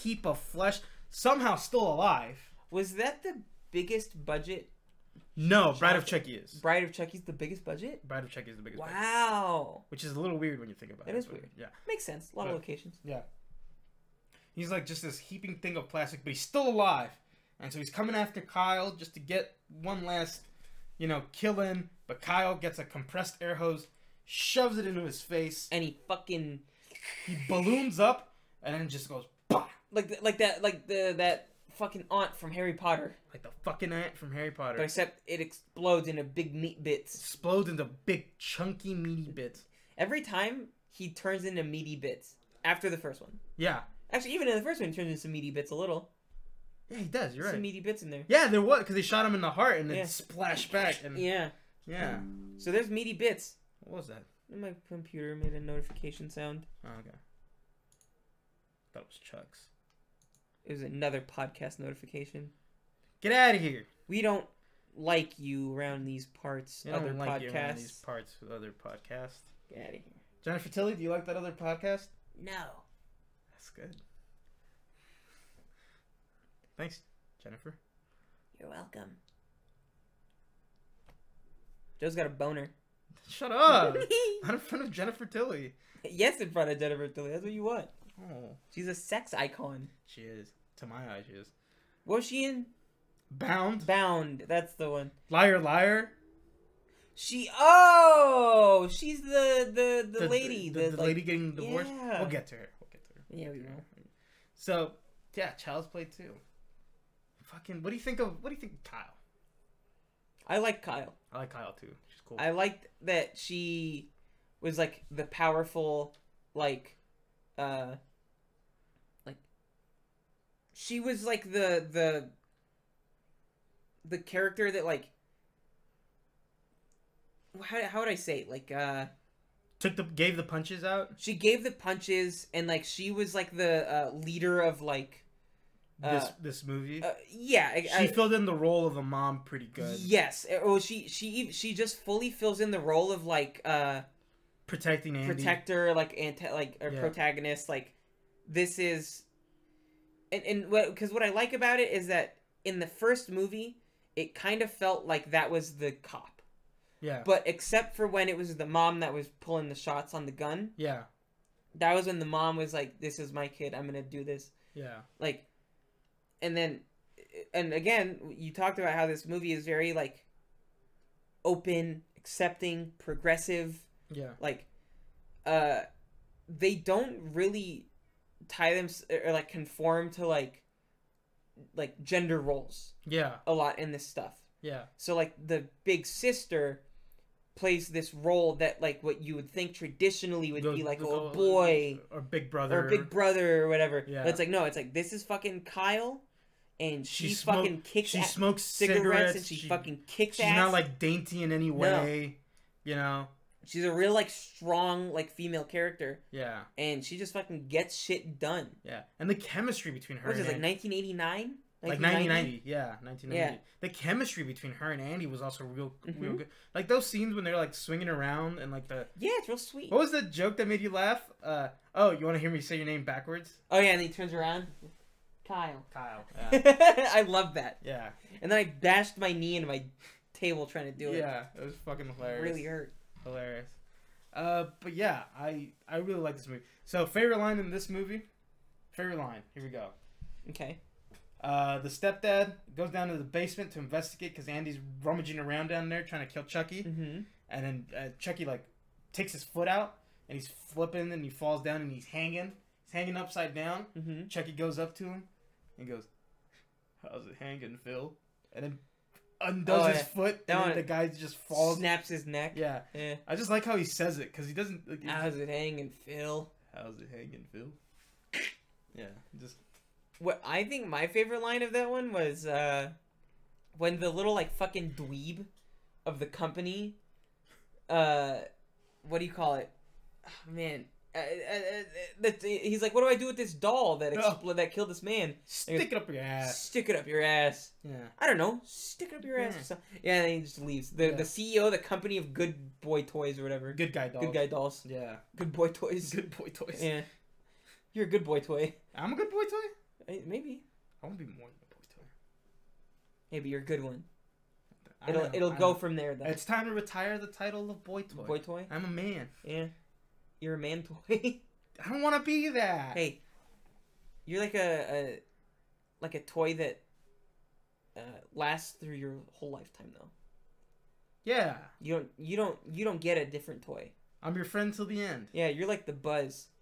heap of flesh. Somehow still alive. Was that the biggest budget? No, Bride of Chucky is. Bride of Chucky's the biggest budget? Bride of Chucky is the biggest. one, Wow. Which is a little weird when you think about That it. is but weird. Yeah. Makes sense. A lot of But- locations. Yeah. He's like just this heaping thing of plastic, but he's still alive. And so he's coming after Kyle just to get one last, you know, kill in. But Kyle gets a compressed air hose, shoves it into his face. And he fucking He balloons up and then just goes, bah! like th- like that like the that fucking aunt from Harry Potter, like the fucking ant from Harry but Potter. except it explodes into big meat bits. Explodes into big, chunky, meaty bits. Every time he turns into meaty bits after the first one. Yeah. Actually, even in the first one, he turns into some meaty bits a little. Yeah, he does. You're Some right. meaty bits in there. Yeah, there was because they shot him in the heart and then Yeah. splashed back. And yeah. Yeah. So there's meaty bits. what was that? My computer made a notification sound. Oh, okay. Thought it was Chuck's. It was another podcast notification. Get out of here. We don't like you around these parts. They other don't like you around podcasts. these parts with other podcasts. Get out of here. Jennifer Tilly, do you like that other podcast? No. That's good. Thanks, Jennifer. You're welcome. Joe's got a boner. Shut up. Not in front of Jennifer Tilly. yes, in front of Jennifer Tilly. That's what you want. Oh, She's a sex icon. she is. To my eye, she is. What was she in? Bound. Bound. That's the one. liar, liar. She. Oh, she's the the the, lady. The, The, the like- lady getting divorced. yeah. We'll get to her. We'll get to her. Yeah, we will. So, yeah, Child's Play 2. Fucking, what do you think of, what do you think of Kyle? I like Kyle. I like Kyle too. She's cool. I liked that she was like the powerful, like, uh, like she was like the the the character that like how how would I say it? like uh Took the, gave the punches out. she gave the punches and like she was like the uh, leader of like this Uh, this movie. uh, yeah I- she I- filled in the role of a mom pretty good. yes oh she she ev- she just fully fills in the role of like uh Protecting Andy. protector, like anti, like or Yeah. protagonist. Like this is, and and what because what I like about it is that in the first movie, it kind of felt like that was the cop, yeah. but except for when it was the mom that was pulling the shots on the gun, yeah. that was when the mom was like, "This is my kid. I'm gonna do this." Yeah. Like, and then, and again, you talked about how this movie is very like open, accepting, progressive Yeah. like uh they don't really tie them or like conform to like like gender roles Yeah. a lot in this stuff. Yeah. So like the big sister plays this role that like what you would think traditionally would be Those- like those oh all- boy or Big Brother or big brother or whatever. Yeah. But it's like no, it's like this is fucking Kyle and she, She smoke- fucking kicks she at smokes cigarettes, cigarettes, and she, fucking kicks she's ass. not like dainty in any way you know she's a real like strong like female character yeah and she just fucking gets shit done. yeah and the chemistry between her What is and it like Andy- 1989? like 1990 1990? yeah 1990 the chemistry between her and andy was also real real Mhm. good like those scenes when they're like swinging around and like the Yeah, it's real sweet. what was the joke that made you laugh uh oh you want to hear me say your name backwards Oh yeah, and he turns around. Kyle. kyle yeah I love that. yeah And then I bashed my knee into my table trying to do it. yeah it was fucking It hilarious really hurt. hilarious uh but yeah i i really like this movie so favorite line in this movie favorite line here we go Okay. Uh, the stepdad goes down to the basement to investigate because Andy's rummaging around down there trying to kill Chucky, Mm-hmm. and then uh, Chucky like takes his foot out and he's flipping and he falls down and he's hanging, he's hanging upside down. Mm-hmm. Chucky goes up to him and goes, "How's it hanging, Phil?" And then undoes Oh, his yeah. foot, That and one- then the guy just falls. Snaps his neck. Yeah, Yeah. I just like how he says it because he doesn't. Like, he's How's it hanging, Phil? just, How's it hanging, Phil? Yeah, just What I think my favorite line of that one was uh, when the little like fucking dweeb of the company, uh, what do you call it? Oh, man, uh, uh, uh, that he's like, what do I do with this doll that Oh. expl- that killed this man? stick it up your ass. Stick it up your ass. Yeah. I don't know, stick it up your ass Yeah. or something. Yeah, and he just leaves. The Hmm. Yeah. the CEO, of the company of Good Boy Toys or whatever. Good, Good guy, dog. guy dolls. Yeah. Good boy toys. Good boy toys. Yeah. You're a good boy toy. I'm a good boy toy. Eh, Maybe. I want to be more than a boy toy. Maybe you're a good one. I It'll know, it'll I go know. from there though. It's time to retire the title of boy toy. boy toy? I'm a man. Yeah. You're a man toy. I don't want to be that. hey. You're like a, a like a toy that uh, lasts through your whole lifetime though. Yeah. You don't you don't you don't get a different toy. I'm your friend till the end. Yeah, you're like the buzz.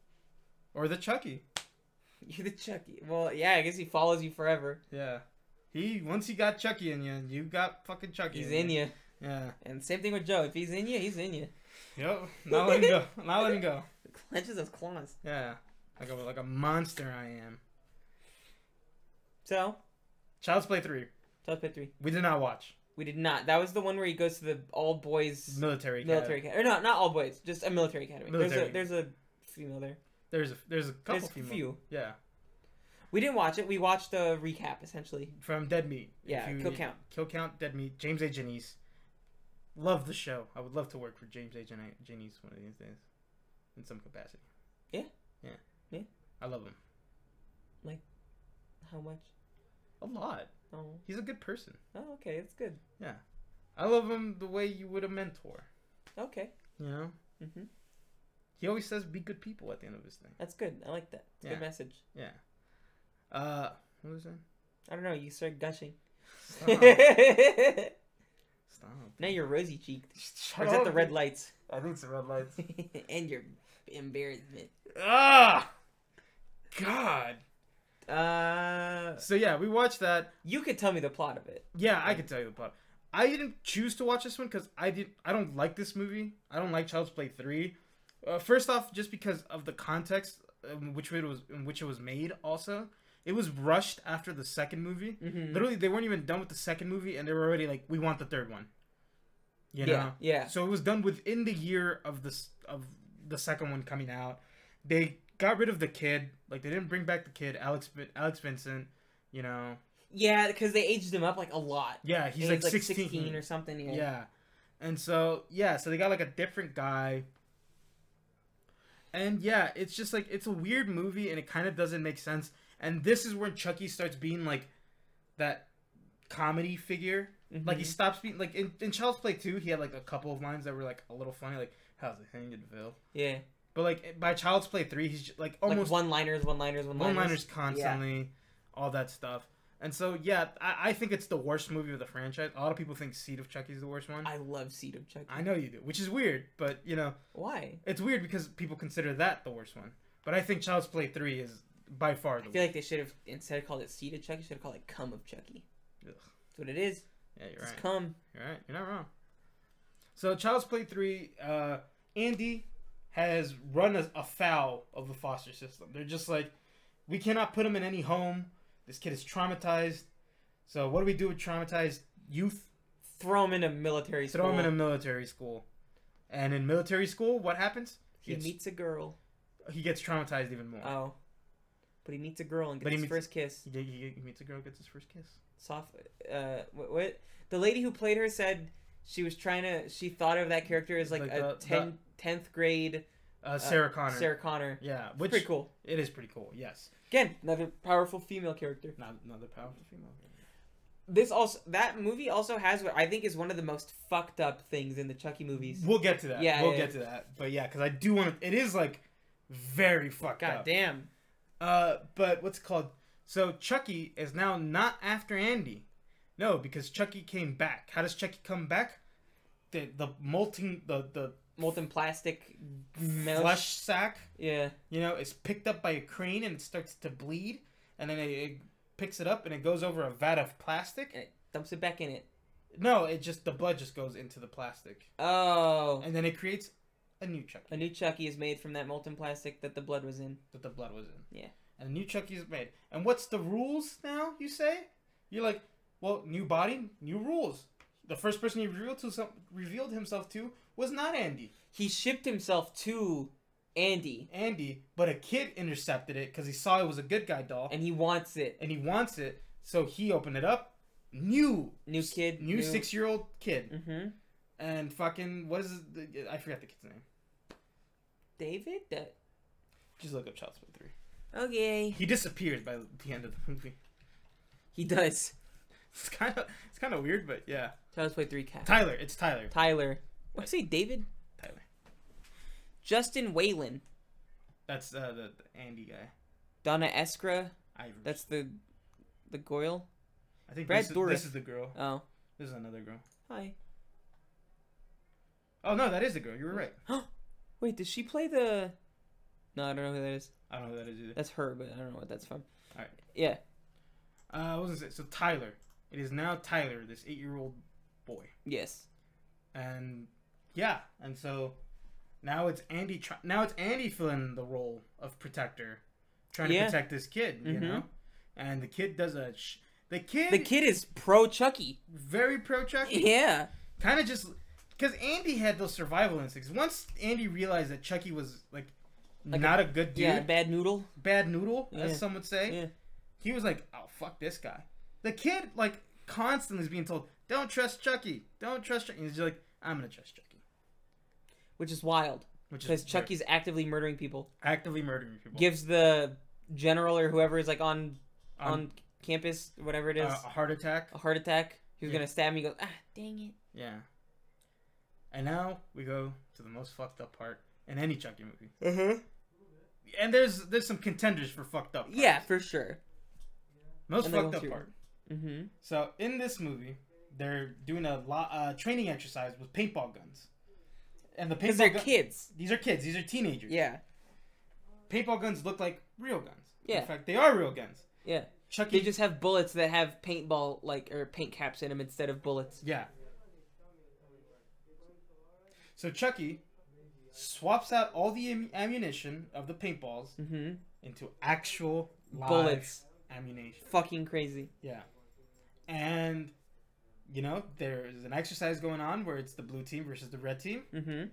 Or the Chucky. You're the Chucky. Well, yeah, I guess he follows you forever. Yeah. He once he got Chucky in you, you got fucking Chucky. He's in you. Yeah. And same thing with Joe. If he's in you, he's in you. Yep. Not letting go. Not letting go. Clenches his claws. Yeah. Like a like a monster I am. So, Child's Play three. Child's Play 3. We did not watch We did not. That was the one where he goes to the all boys military. Academy. military academy. Or no, not all boys. Just a military academy. Military. There's a there's a female there. There's a there's a couple there's a female- few. Yeah. We didn't watch it. We watched a recap essentially. from Dead Meat. If Yeah, Kill Count. Kill Count, Dead Meat, James A. Jennings. Love the show. I would love to work for James A. Jen- Jennings one of these days, in some capacity. Yeah. Yeah. Yeah. I love him How much? a lot. Oh, He's a good person. oh okay. It's good. I love him the way you would a mentor. Okay. You know, Mm-hmm. he always says be good people at the end of his thing. That's good. I like that. It's a Yeah. good message. Yeah. Uh, what was that? I don't know. You start gushing. Stop. Uh-huh. Stop. now you're rosy cheeked. Or Shut is that the up. red lights? I think it's the red lights. and your embarrassment. ah, God. Uh, So yeah, we watched that. you could tell me the plot of it. Yeah, I could tell you the plot. I didn't choose to watch this one because I did. I don't like this movie. I don't like Child's Play three. Uh, first off, just because of the context in which it was in which it was made. Also, it was rushed after the second movie. Mm-hmm. Literally, they weren't even done with the second movie, and they were already like, "We want the third one." You know. Yeah, yeah. So it was done within the year of this of the second one coming out. They got rid of the kid. Like they didn't bring back the kid, Alex Vin- Alex Vincent. You know. Yeah, because they aged him up like a lot. Yeah, he's He like, was, 16. or something. Yeah. Yeah. And so, yeah, so they got like a different guy. And yeah, it's just like it's a weird movie and it kind of doesn't make sense. And this is where Chucky starts being like that comedy figure. Mhm. Like he stops being like in, in Child's Play 2, he had like a couple of lines that were like a little funny like how's it hanging, Phil? yeah. But like by Child's Play 3, he's just, like almost like one liners, one liners, one one liners. liners constantly, all that stuff. And so yeah, I, I think it's the worst movie of the franchise. A lot of people think Seed of Chucky's the worst one. I love Seed of Chucky. I know you do, which is weird, but you know, Why? it's weird because people consider that the worst one. But I think Child's Play 3 is by far the I feel like they should have instead of called it seed of Chucky, should have called it cum of Chucky. Ugh. That's what it is. yeah, you're It's right. cum. You're right. You're not wrong. So Child's Play three, uh, Andy has run a- afoul of the foster system. They're just like, we cannot put him in any home. This kid is traumatized. So what do we do with traumatized youth? Throw him in a military Throw school. him in a military school. And in military school, what happens? He It's- meets a girl. He gets traumatized even more. Oh, but he meets a girl and But gets he his meets- first kiss. He, get- he, get- he meets a girl, gets his first kiss. Soft. Uh, what, what? The lady who played her said she was trying to. She thought of that character as like, Like a the- the- 10, 10th grade Uh, Sarah Connor. Sarah Connor. Yeah, which Pretty cool. it is pretty cool. Yes, Again, another powerful female character. not another powerful female. This also that movie also has what I think is one of the most fucked up things in the Chucky movies. We'll get to that. Yeah, we'll yeah. get to that. But yeah, because I do want to. It is like very fucked God up. damn. Uh, but what's it called? So Chucky is now not after Andy. No, because Chucky came back. How does Chucky come back? The the molting the the Molten plastic mesh. flesh sack, Yeah. you know, is picked up by a crane and it starts to bleed, and then it, it picks it up and it goes over a vat of plastic. And it dumps it back in it. No, it just the blood just goes into the plastic, Oh. and then it creates a new Chucky. A new Chucky is made from that molten plastic that the blood was in. that the blood was in. Yeah. And a new Chucky is made. And what's the rules now, you say? You're like, well, new body, new rules. The first person he revealed to some, revealed himself to was not Andy. He shipped himself to Andy, Andy, but a kid intercepted it because he saw it was a good guy doll and he wants it. and he wants it, so he opened it up. New New kid, new, new- six year old kid, Mm-hmm. and fucking what is it? I forgot the kid's name. David. Uh, Just look up Child's Play three. Okay. He disappears by the end of the movie. he does. It's kind of it's kind of weird, but yeah. Child's Play Three cat. Tyler, it's Tyler. Tyler. What say, David? Tyler. Justin Whalen. That's uh, the, the Andy guy. Donna Eskra. Ivers. That's the, the Goyle. I think Brad this, is, Dourif. this is the girl. Oh, This is another girl. hi. Oh no, that is the girl. You were right. Wait, does she play the? No, I don't know who that is. I don't know who that is either. That's her, but I don't know what that's from. Alright. Yeah. Uh, what was it? So Tyler. It is now Tyler, this eight-year-old boy, Yes. and yeah, and so now it's Andy. Try- now it's Andy filling the role of protector, trying Yeah. to protect this kid. You Mhm. know, and the kid does a. Sh- the kid, The kid is pro Chucky. very pro Chucky. Yeah. kind of just because Andy had those survival instincts. Once Andy realized that Chucky was like, Like not a, good dude, Yeah. Bad noodle. bad noodle, Yeah. as some would say, Yeah. he was like, "Oh fuck this guy." The kid like constantly is being told, "Don't trust Chucky. Don't trust Chucky." And he's just like, "I'm gonna trust Chucky," Which is wild which is because weird. Chucky's actively murdering people. actively murdering people. Gives the general or whoever is like on Um, on campus, whatever it uh, is, a heart attack. a heart attack. He was yeah. gonna stab me. He goes, ah, Dang it. Yeah. And now we go to the most fucked up part in any Chucky movie. uh-huh. And there's there's some contenders for fucked up. parts. yeah, for sure. Most And they go fucked up through. part. Mm-hmm. So in this movie, they're doing a lot, uh, training exercise with paintball guns, and the Because paintball they're gun- kids. These are kids. These are teenagers. Yeah. Paintball guns look like real guns. Yeah. In fact, they are real guns. Yeah. Chucky. They just have bullets that have paintball like or paint caps in them instead of bullets. Yeah. So Chucky swaps out all the am- ammunition of the paintballs Mm-hmm. into actual live Bullets. ammunition. Fucking crazy. Yeah. And you know, there's an exercise going on where it's the blue team versus the red team. Mm-hmm.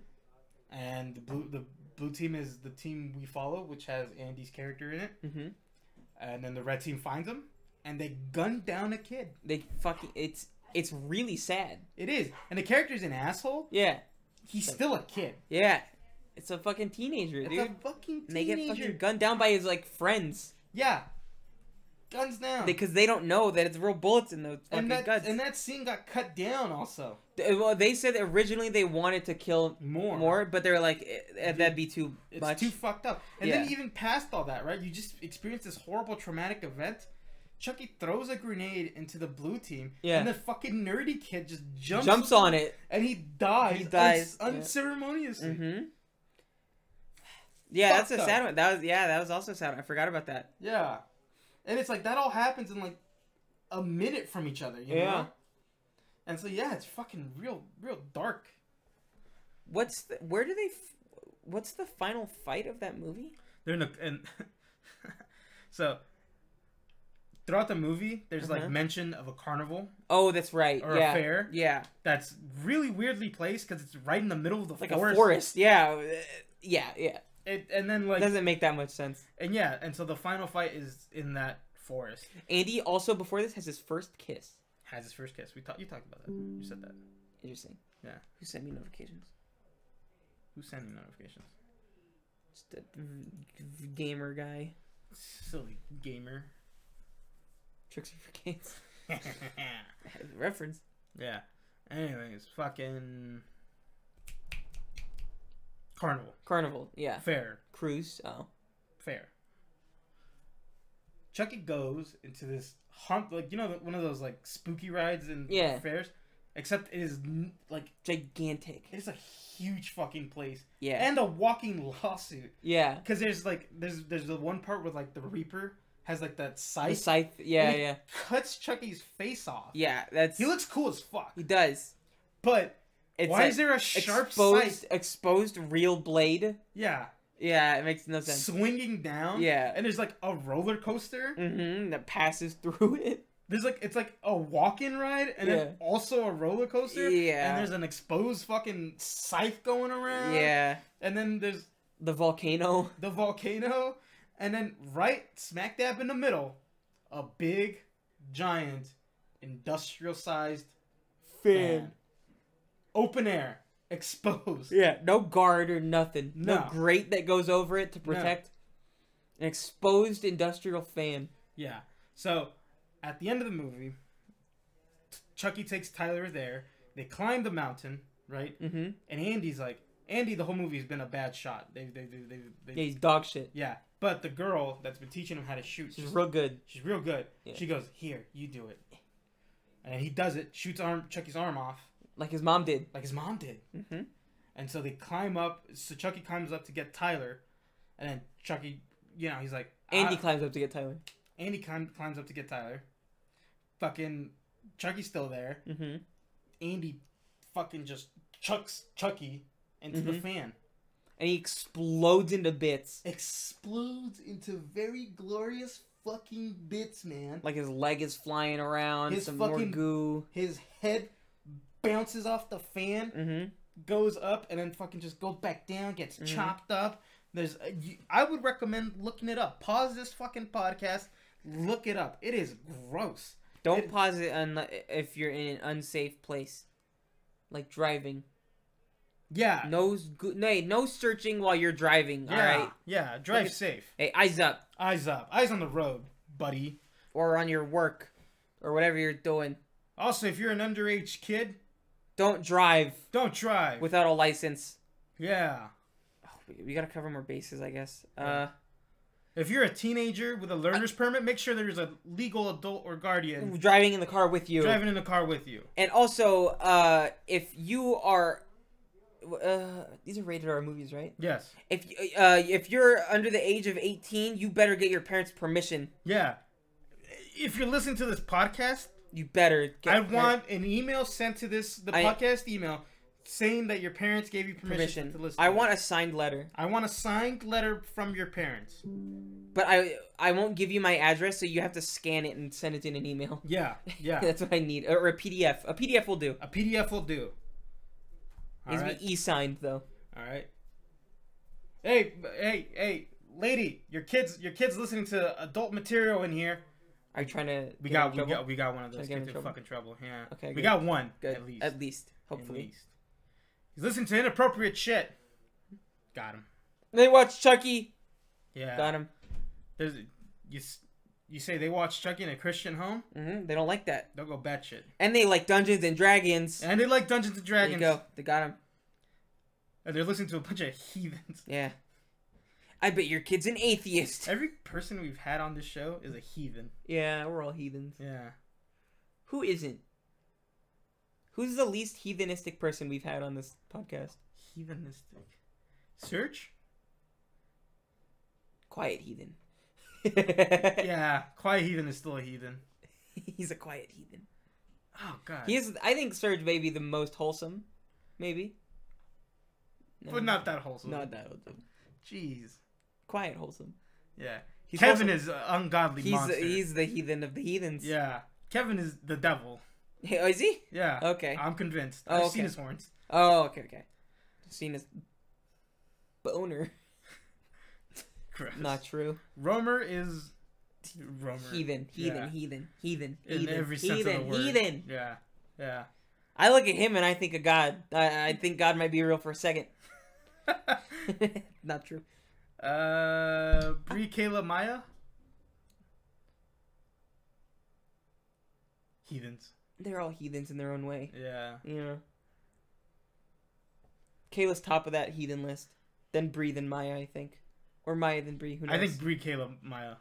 and the blue the blue team is the team we follow, which has Andy's character in it, Mm-hmm. and then the red team finds him, and they gun down a kid. They fucking it's it's really sad. It is, and the character's an asshole. Yeah. He's still a kid. Yeah. It's a fucking teenager, It's dude. a fucking And they teenager. get fucking gunned down by his like friends yeah, guns down. because they don't know that it's real bullets in those fucking and that guns. and that scene got cut down also Th- well, they said originally they wanted to kill more. more, but they're like eh, eh, that'd be too It's much. too fucked up. And then Yeah. even past all that, right? You just experienced this horrible traumatic event. Chucky throws a grenade into the blue team, Yeah. and the fucking nerdy kid just jumps jumps, on it. and he dies. He dies, uns- unceremoniously. Mm-hmm. Yeah, fucked that's a up. sad one. That was yeah, that was also a sad. One. I forgot about that. Yeah, and it's like that all happens in like a minute from each other. You Yeah. Know? And so yeah, it's fucking real, real dark. What's the, where do they? f- What's the final fight of that movie? They're in a, and so throughout the movie, there's Uh-huh. like mention of a carnival Oh, that's right. or yeah, a fair yeah, that's really weirdly placed because it's right in the middle of the like forest. a forest. Yeah, uh, yeah, yeah. It, and then like Doesn't make that much sense. and yeah, and so the final fight is in that forest. Andy also before this has his first kiss. Has his first kiss. We talked. You talked about that. You said that. Interesting. Yeah. Who sent me notifications? Who's sending notifications? Just a v- v- gamer guy. Silly gamer. Trixie for kids. Reference. yeah. Anyways, fucking carnival Carnival. Yeah. fair. Cruise. Oh. Fair. Chucky goes into this haunt, like you know, the- one of those like spooky rides in Yeah. fairs, except it is n- like Gigantic. it's a huge fucking place Yeah. and a walking lawsuit yeah. because there's like there's there's the one part where like the Reaper has like that The scythe, scythe. Yeah, and he yeah. cuts Chucky's face off. Yeah, that's He looks cool as fuck, he does. but It's why a is there a sharp exposed scythe? exposed real blade. Yeah, Yeah, it makes no sense. swinging down. Yeah. and there's like a roller coaster. Mm-hmm. That passes through it. There's like it's like a walk-in ride and then also a roller coaster. Yeah. and there's an exposed fucking scythe going around. Yeah. and then there's The volcano. the volcano, and then right smack dab in the middle, a big, giant, industrial-sized fan, open air, exposed. Yeah. No guard or nothing. No, No. grate that goes over it to protect an exposed industrial fan. Yeah. So at the end of the movie, T- Chucky takes Tyler there. They climb the mountain, right? Mm-hmm. And Andy's like, Andy, the whole movie's been a bad shot. They, they, they, they, they Yeah, he's dog shit. yeah. But the girl that's been teaching him how to shoot, She's she's, real good. she's real good. Yeah. She goes, here, you do it. And he does it, shoots arm Chucky's arm off, Like his mom did. like his mom did. Mm-hmm. And so they climb up. So Chucky climbs up to get Tyler, and then Chucky, you know, he's like, Andy "I- climbs up to get Tyler. Andy climb, climbs up to get Tyler. Fucking Chucky's still there. Mm-hmm. Andy fucking just chucks Chucky into the Mhm. fan. And he explodes into bits. Explodes into very glorious fucking bits, man. Like his leg is flying around. His some more fucking- goo. His head bounces off the fan, Mm-hmm. goes up, and then fucking just goes back down, gets Mhm. chopped up. There's, a, you, I would recommend looking it up. Pause this fucking podcast, look it up. It is gross. Don't It- pause it unle- if you're in an unsafe place, like driving. Yeah, No, s- go- no, hey, no searching while you're driving. yeah, All right. yeah. Drive Look at- safe. Hey, eyes up, Eyes up. Eyes on the road, buddy. or on your work, or whatever you're doing. Also, if you're an underage kid, Don't drive don't drive. without a license. yeah. Oh, we- we gotta cover more bases, I guess. Uh, If you're a teenager with a learner's permit, make sure there's a legal adult or guardian Uh, driving in the car with you, driving in the car with you. and also, uh, if you are, uh, these are rated R movies, right? Yes. If you- uh, if you're under the age of 18, you better get your parents' permission. Yeah. If you're listening to this podcast, You better. Get I par- want an email sent to this the I- podcast email saying that your parents gave you permission, permission. to listen. I to want it. a signed letter, I want a signed letter from your parents. but I I won't give you my address, so you have to scan it and send it in an email. Yeah. Yeah. That's what I need, or a PDF. A PDF will do. a PDF will do. Needs All to be e-signed E though. All right. Hey, b- hey, hey, lady, your kids, your kids listening to adult material in here. Are you trying to? We get got, in we trouble? got, we got one of Trying those. to get Get in in trouble? fucking trouble. Yeah. Okay, We good. got one Good. at least. At least, hopefully. At least. He's listening to inappropriate shit. Got him. They watch Chucky. Yeah. Got him. There's, you, s- you say they watch Chucky in a Christian home? hmm They don't like that, They'll go batshit. and they like Dungeons and Dragons. And they like Dungeons and there you Dragons. go. They got him. And they're listening to a bunch of heathens. Yeah. I bet your kid's an atheist. Every person we've had on this show is a heathen. Yeah, we're all heathens. Yeah. Who isn't? Who's the least heathenistic person we've had on this podcast? Heathenistic. Search? quiet heathen. yeah, Quiet Heathen is still a heathen. He's a quiet heathen. Oh god. He is. I think Surge may be the most wholesome, maybe. No, but not that wholesome. Not that wholesome. Jeez. Quiet wholesome. Yeah. He's Kevin wholesome. is an ungodly He's monster. he's the heathen of the heathens. Yeah. Kevin is the devil. Hey, oh, is he? Yeah. Okay. I'm convinced. Oh, I've okay. seen his horns. Oh, okay, okay. Seen as boner. Gross. Not true. Romer is Romer. Heathen, heathen, Yeah. heathen, heathen, In heathen, every sense heathen, of the word. heathen. Yeah. Yeah. I look at him and I think of God. I, I think God might be real for a second. Not true. uh, Brie Kayla Maya. Heathens. They're all heathens in their own way. Yeah. Yeah. Kayla's top of that heathen list. Then Bree, then Maya, I think. Or Maya, then Bree. Who knows? I think Brie Kayla Maya.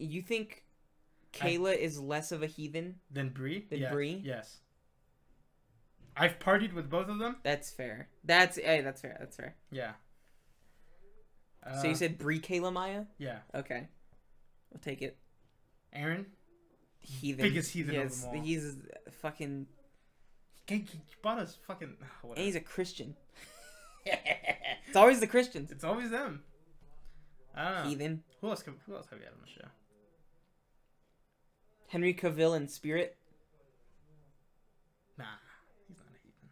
you think I- Kayla is less of a heathen. Then Brie. Then yes. Brie? Yes. I've partied with both of them. That's fair. That's hey, that's fair. That's fair. Yeah. Uh, so you said Bree, Kayla, Maya. yeah. Okay, I'll take it. Aaron. Heathen. Biggest heathen of Yes, them all. He's a fucking. He, he bought us fucking. And Whatever. he's a Christian. It's always the Christians. It's always them. Ah. Heathen. Who else? Can, who else have we had on the show? Henry Cavill in Spirit Nah, he's not a heathen.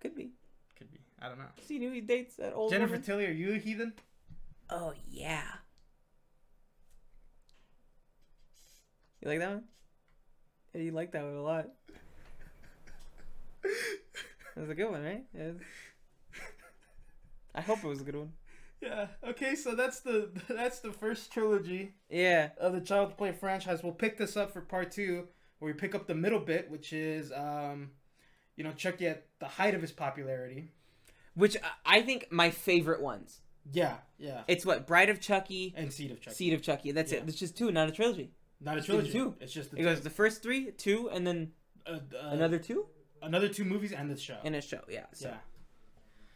could be. Could be. I don't know. See who he dates that old Jennifer woman. Tilly, are you a heathen? Oh, yeah. you like that one? Yeah, you like that one a lot. That was a good one, right? Yeah, it was- I hope it was a good one. yeah. Okay, so that's the that's the first trilogy Yeah. of the Child's Play franchise. We'll pick this up for part two, where we pick up the middle bit, which is um, you know, Chucky at the height of his popularity. Which I- I think my favorite ones. Yeah, yeah. It's what Bride of Chucky, And Seed of Chucky. Seed of Chucky. That's Yeah. it. It's just two, not a trilogy. Not a just the trilogy. two. It's just the It goes the first three, two, and then uh, uh, another another two another two movies and the show. in a show. Yeah. So. yeah.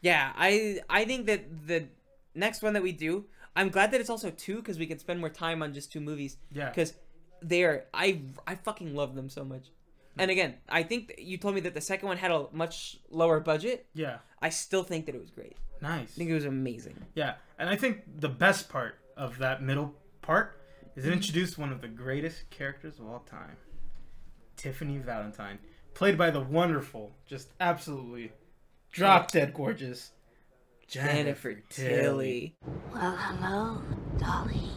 Yeah, I I think that the next one that we do, I'm glad that it's also two because we can spend more time on just two movies Yeah. because they are I I fucking love them so much. Mm. And again, I think that you told me that the second one had a much lower budget. Yeah. I still think that it was great. Nice. I think it was amazing. Yeah, and I think the best part of that middle part is Mm-hmm. it introduced one of the greatest characters of all time, Tiffany Valentine, played by the wonderful, just absolutely drop dead gorgeous Jennifer Tilly. Well, hello, Dolly.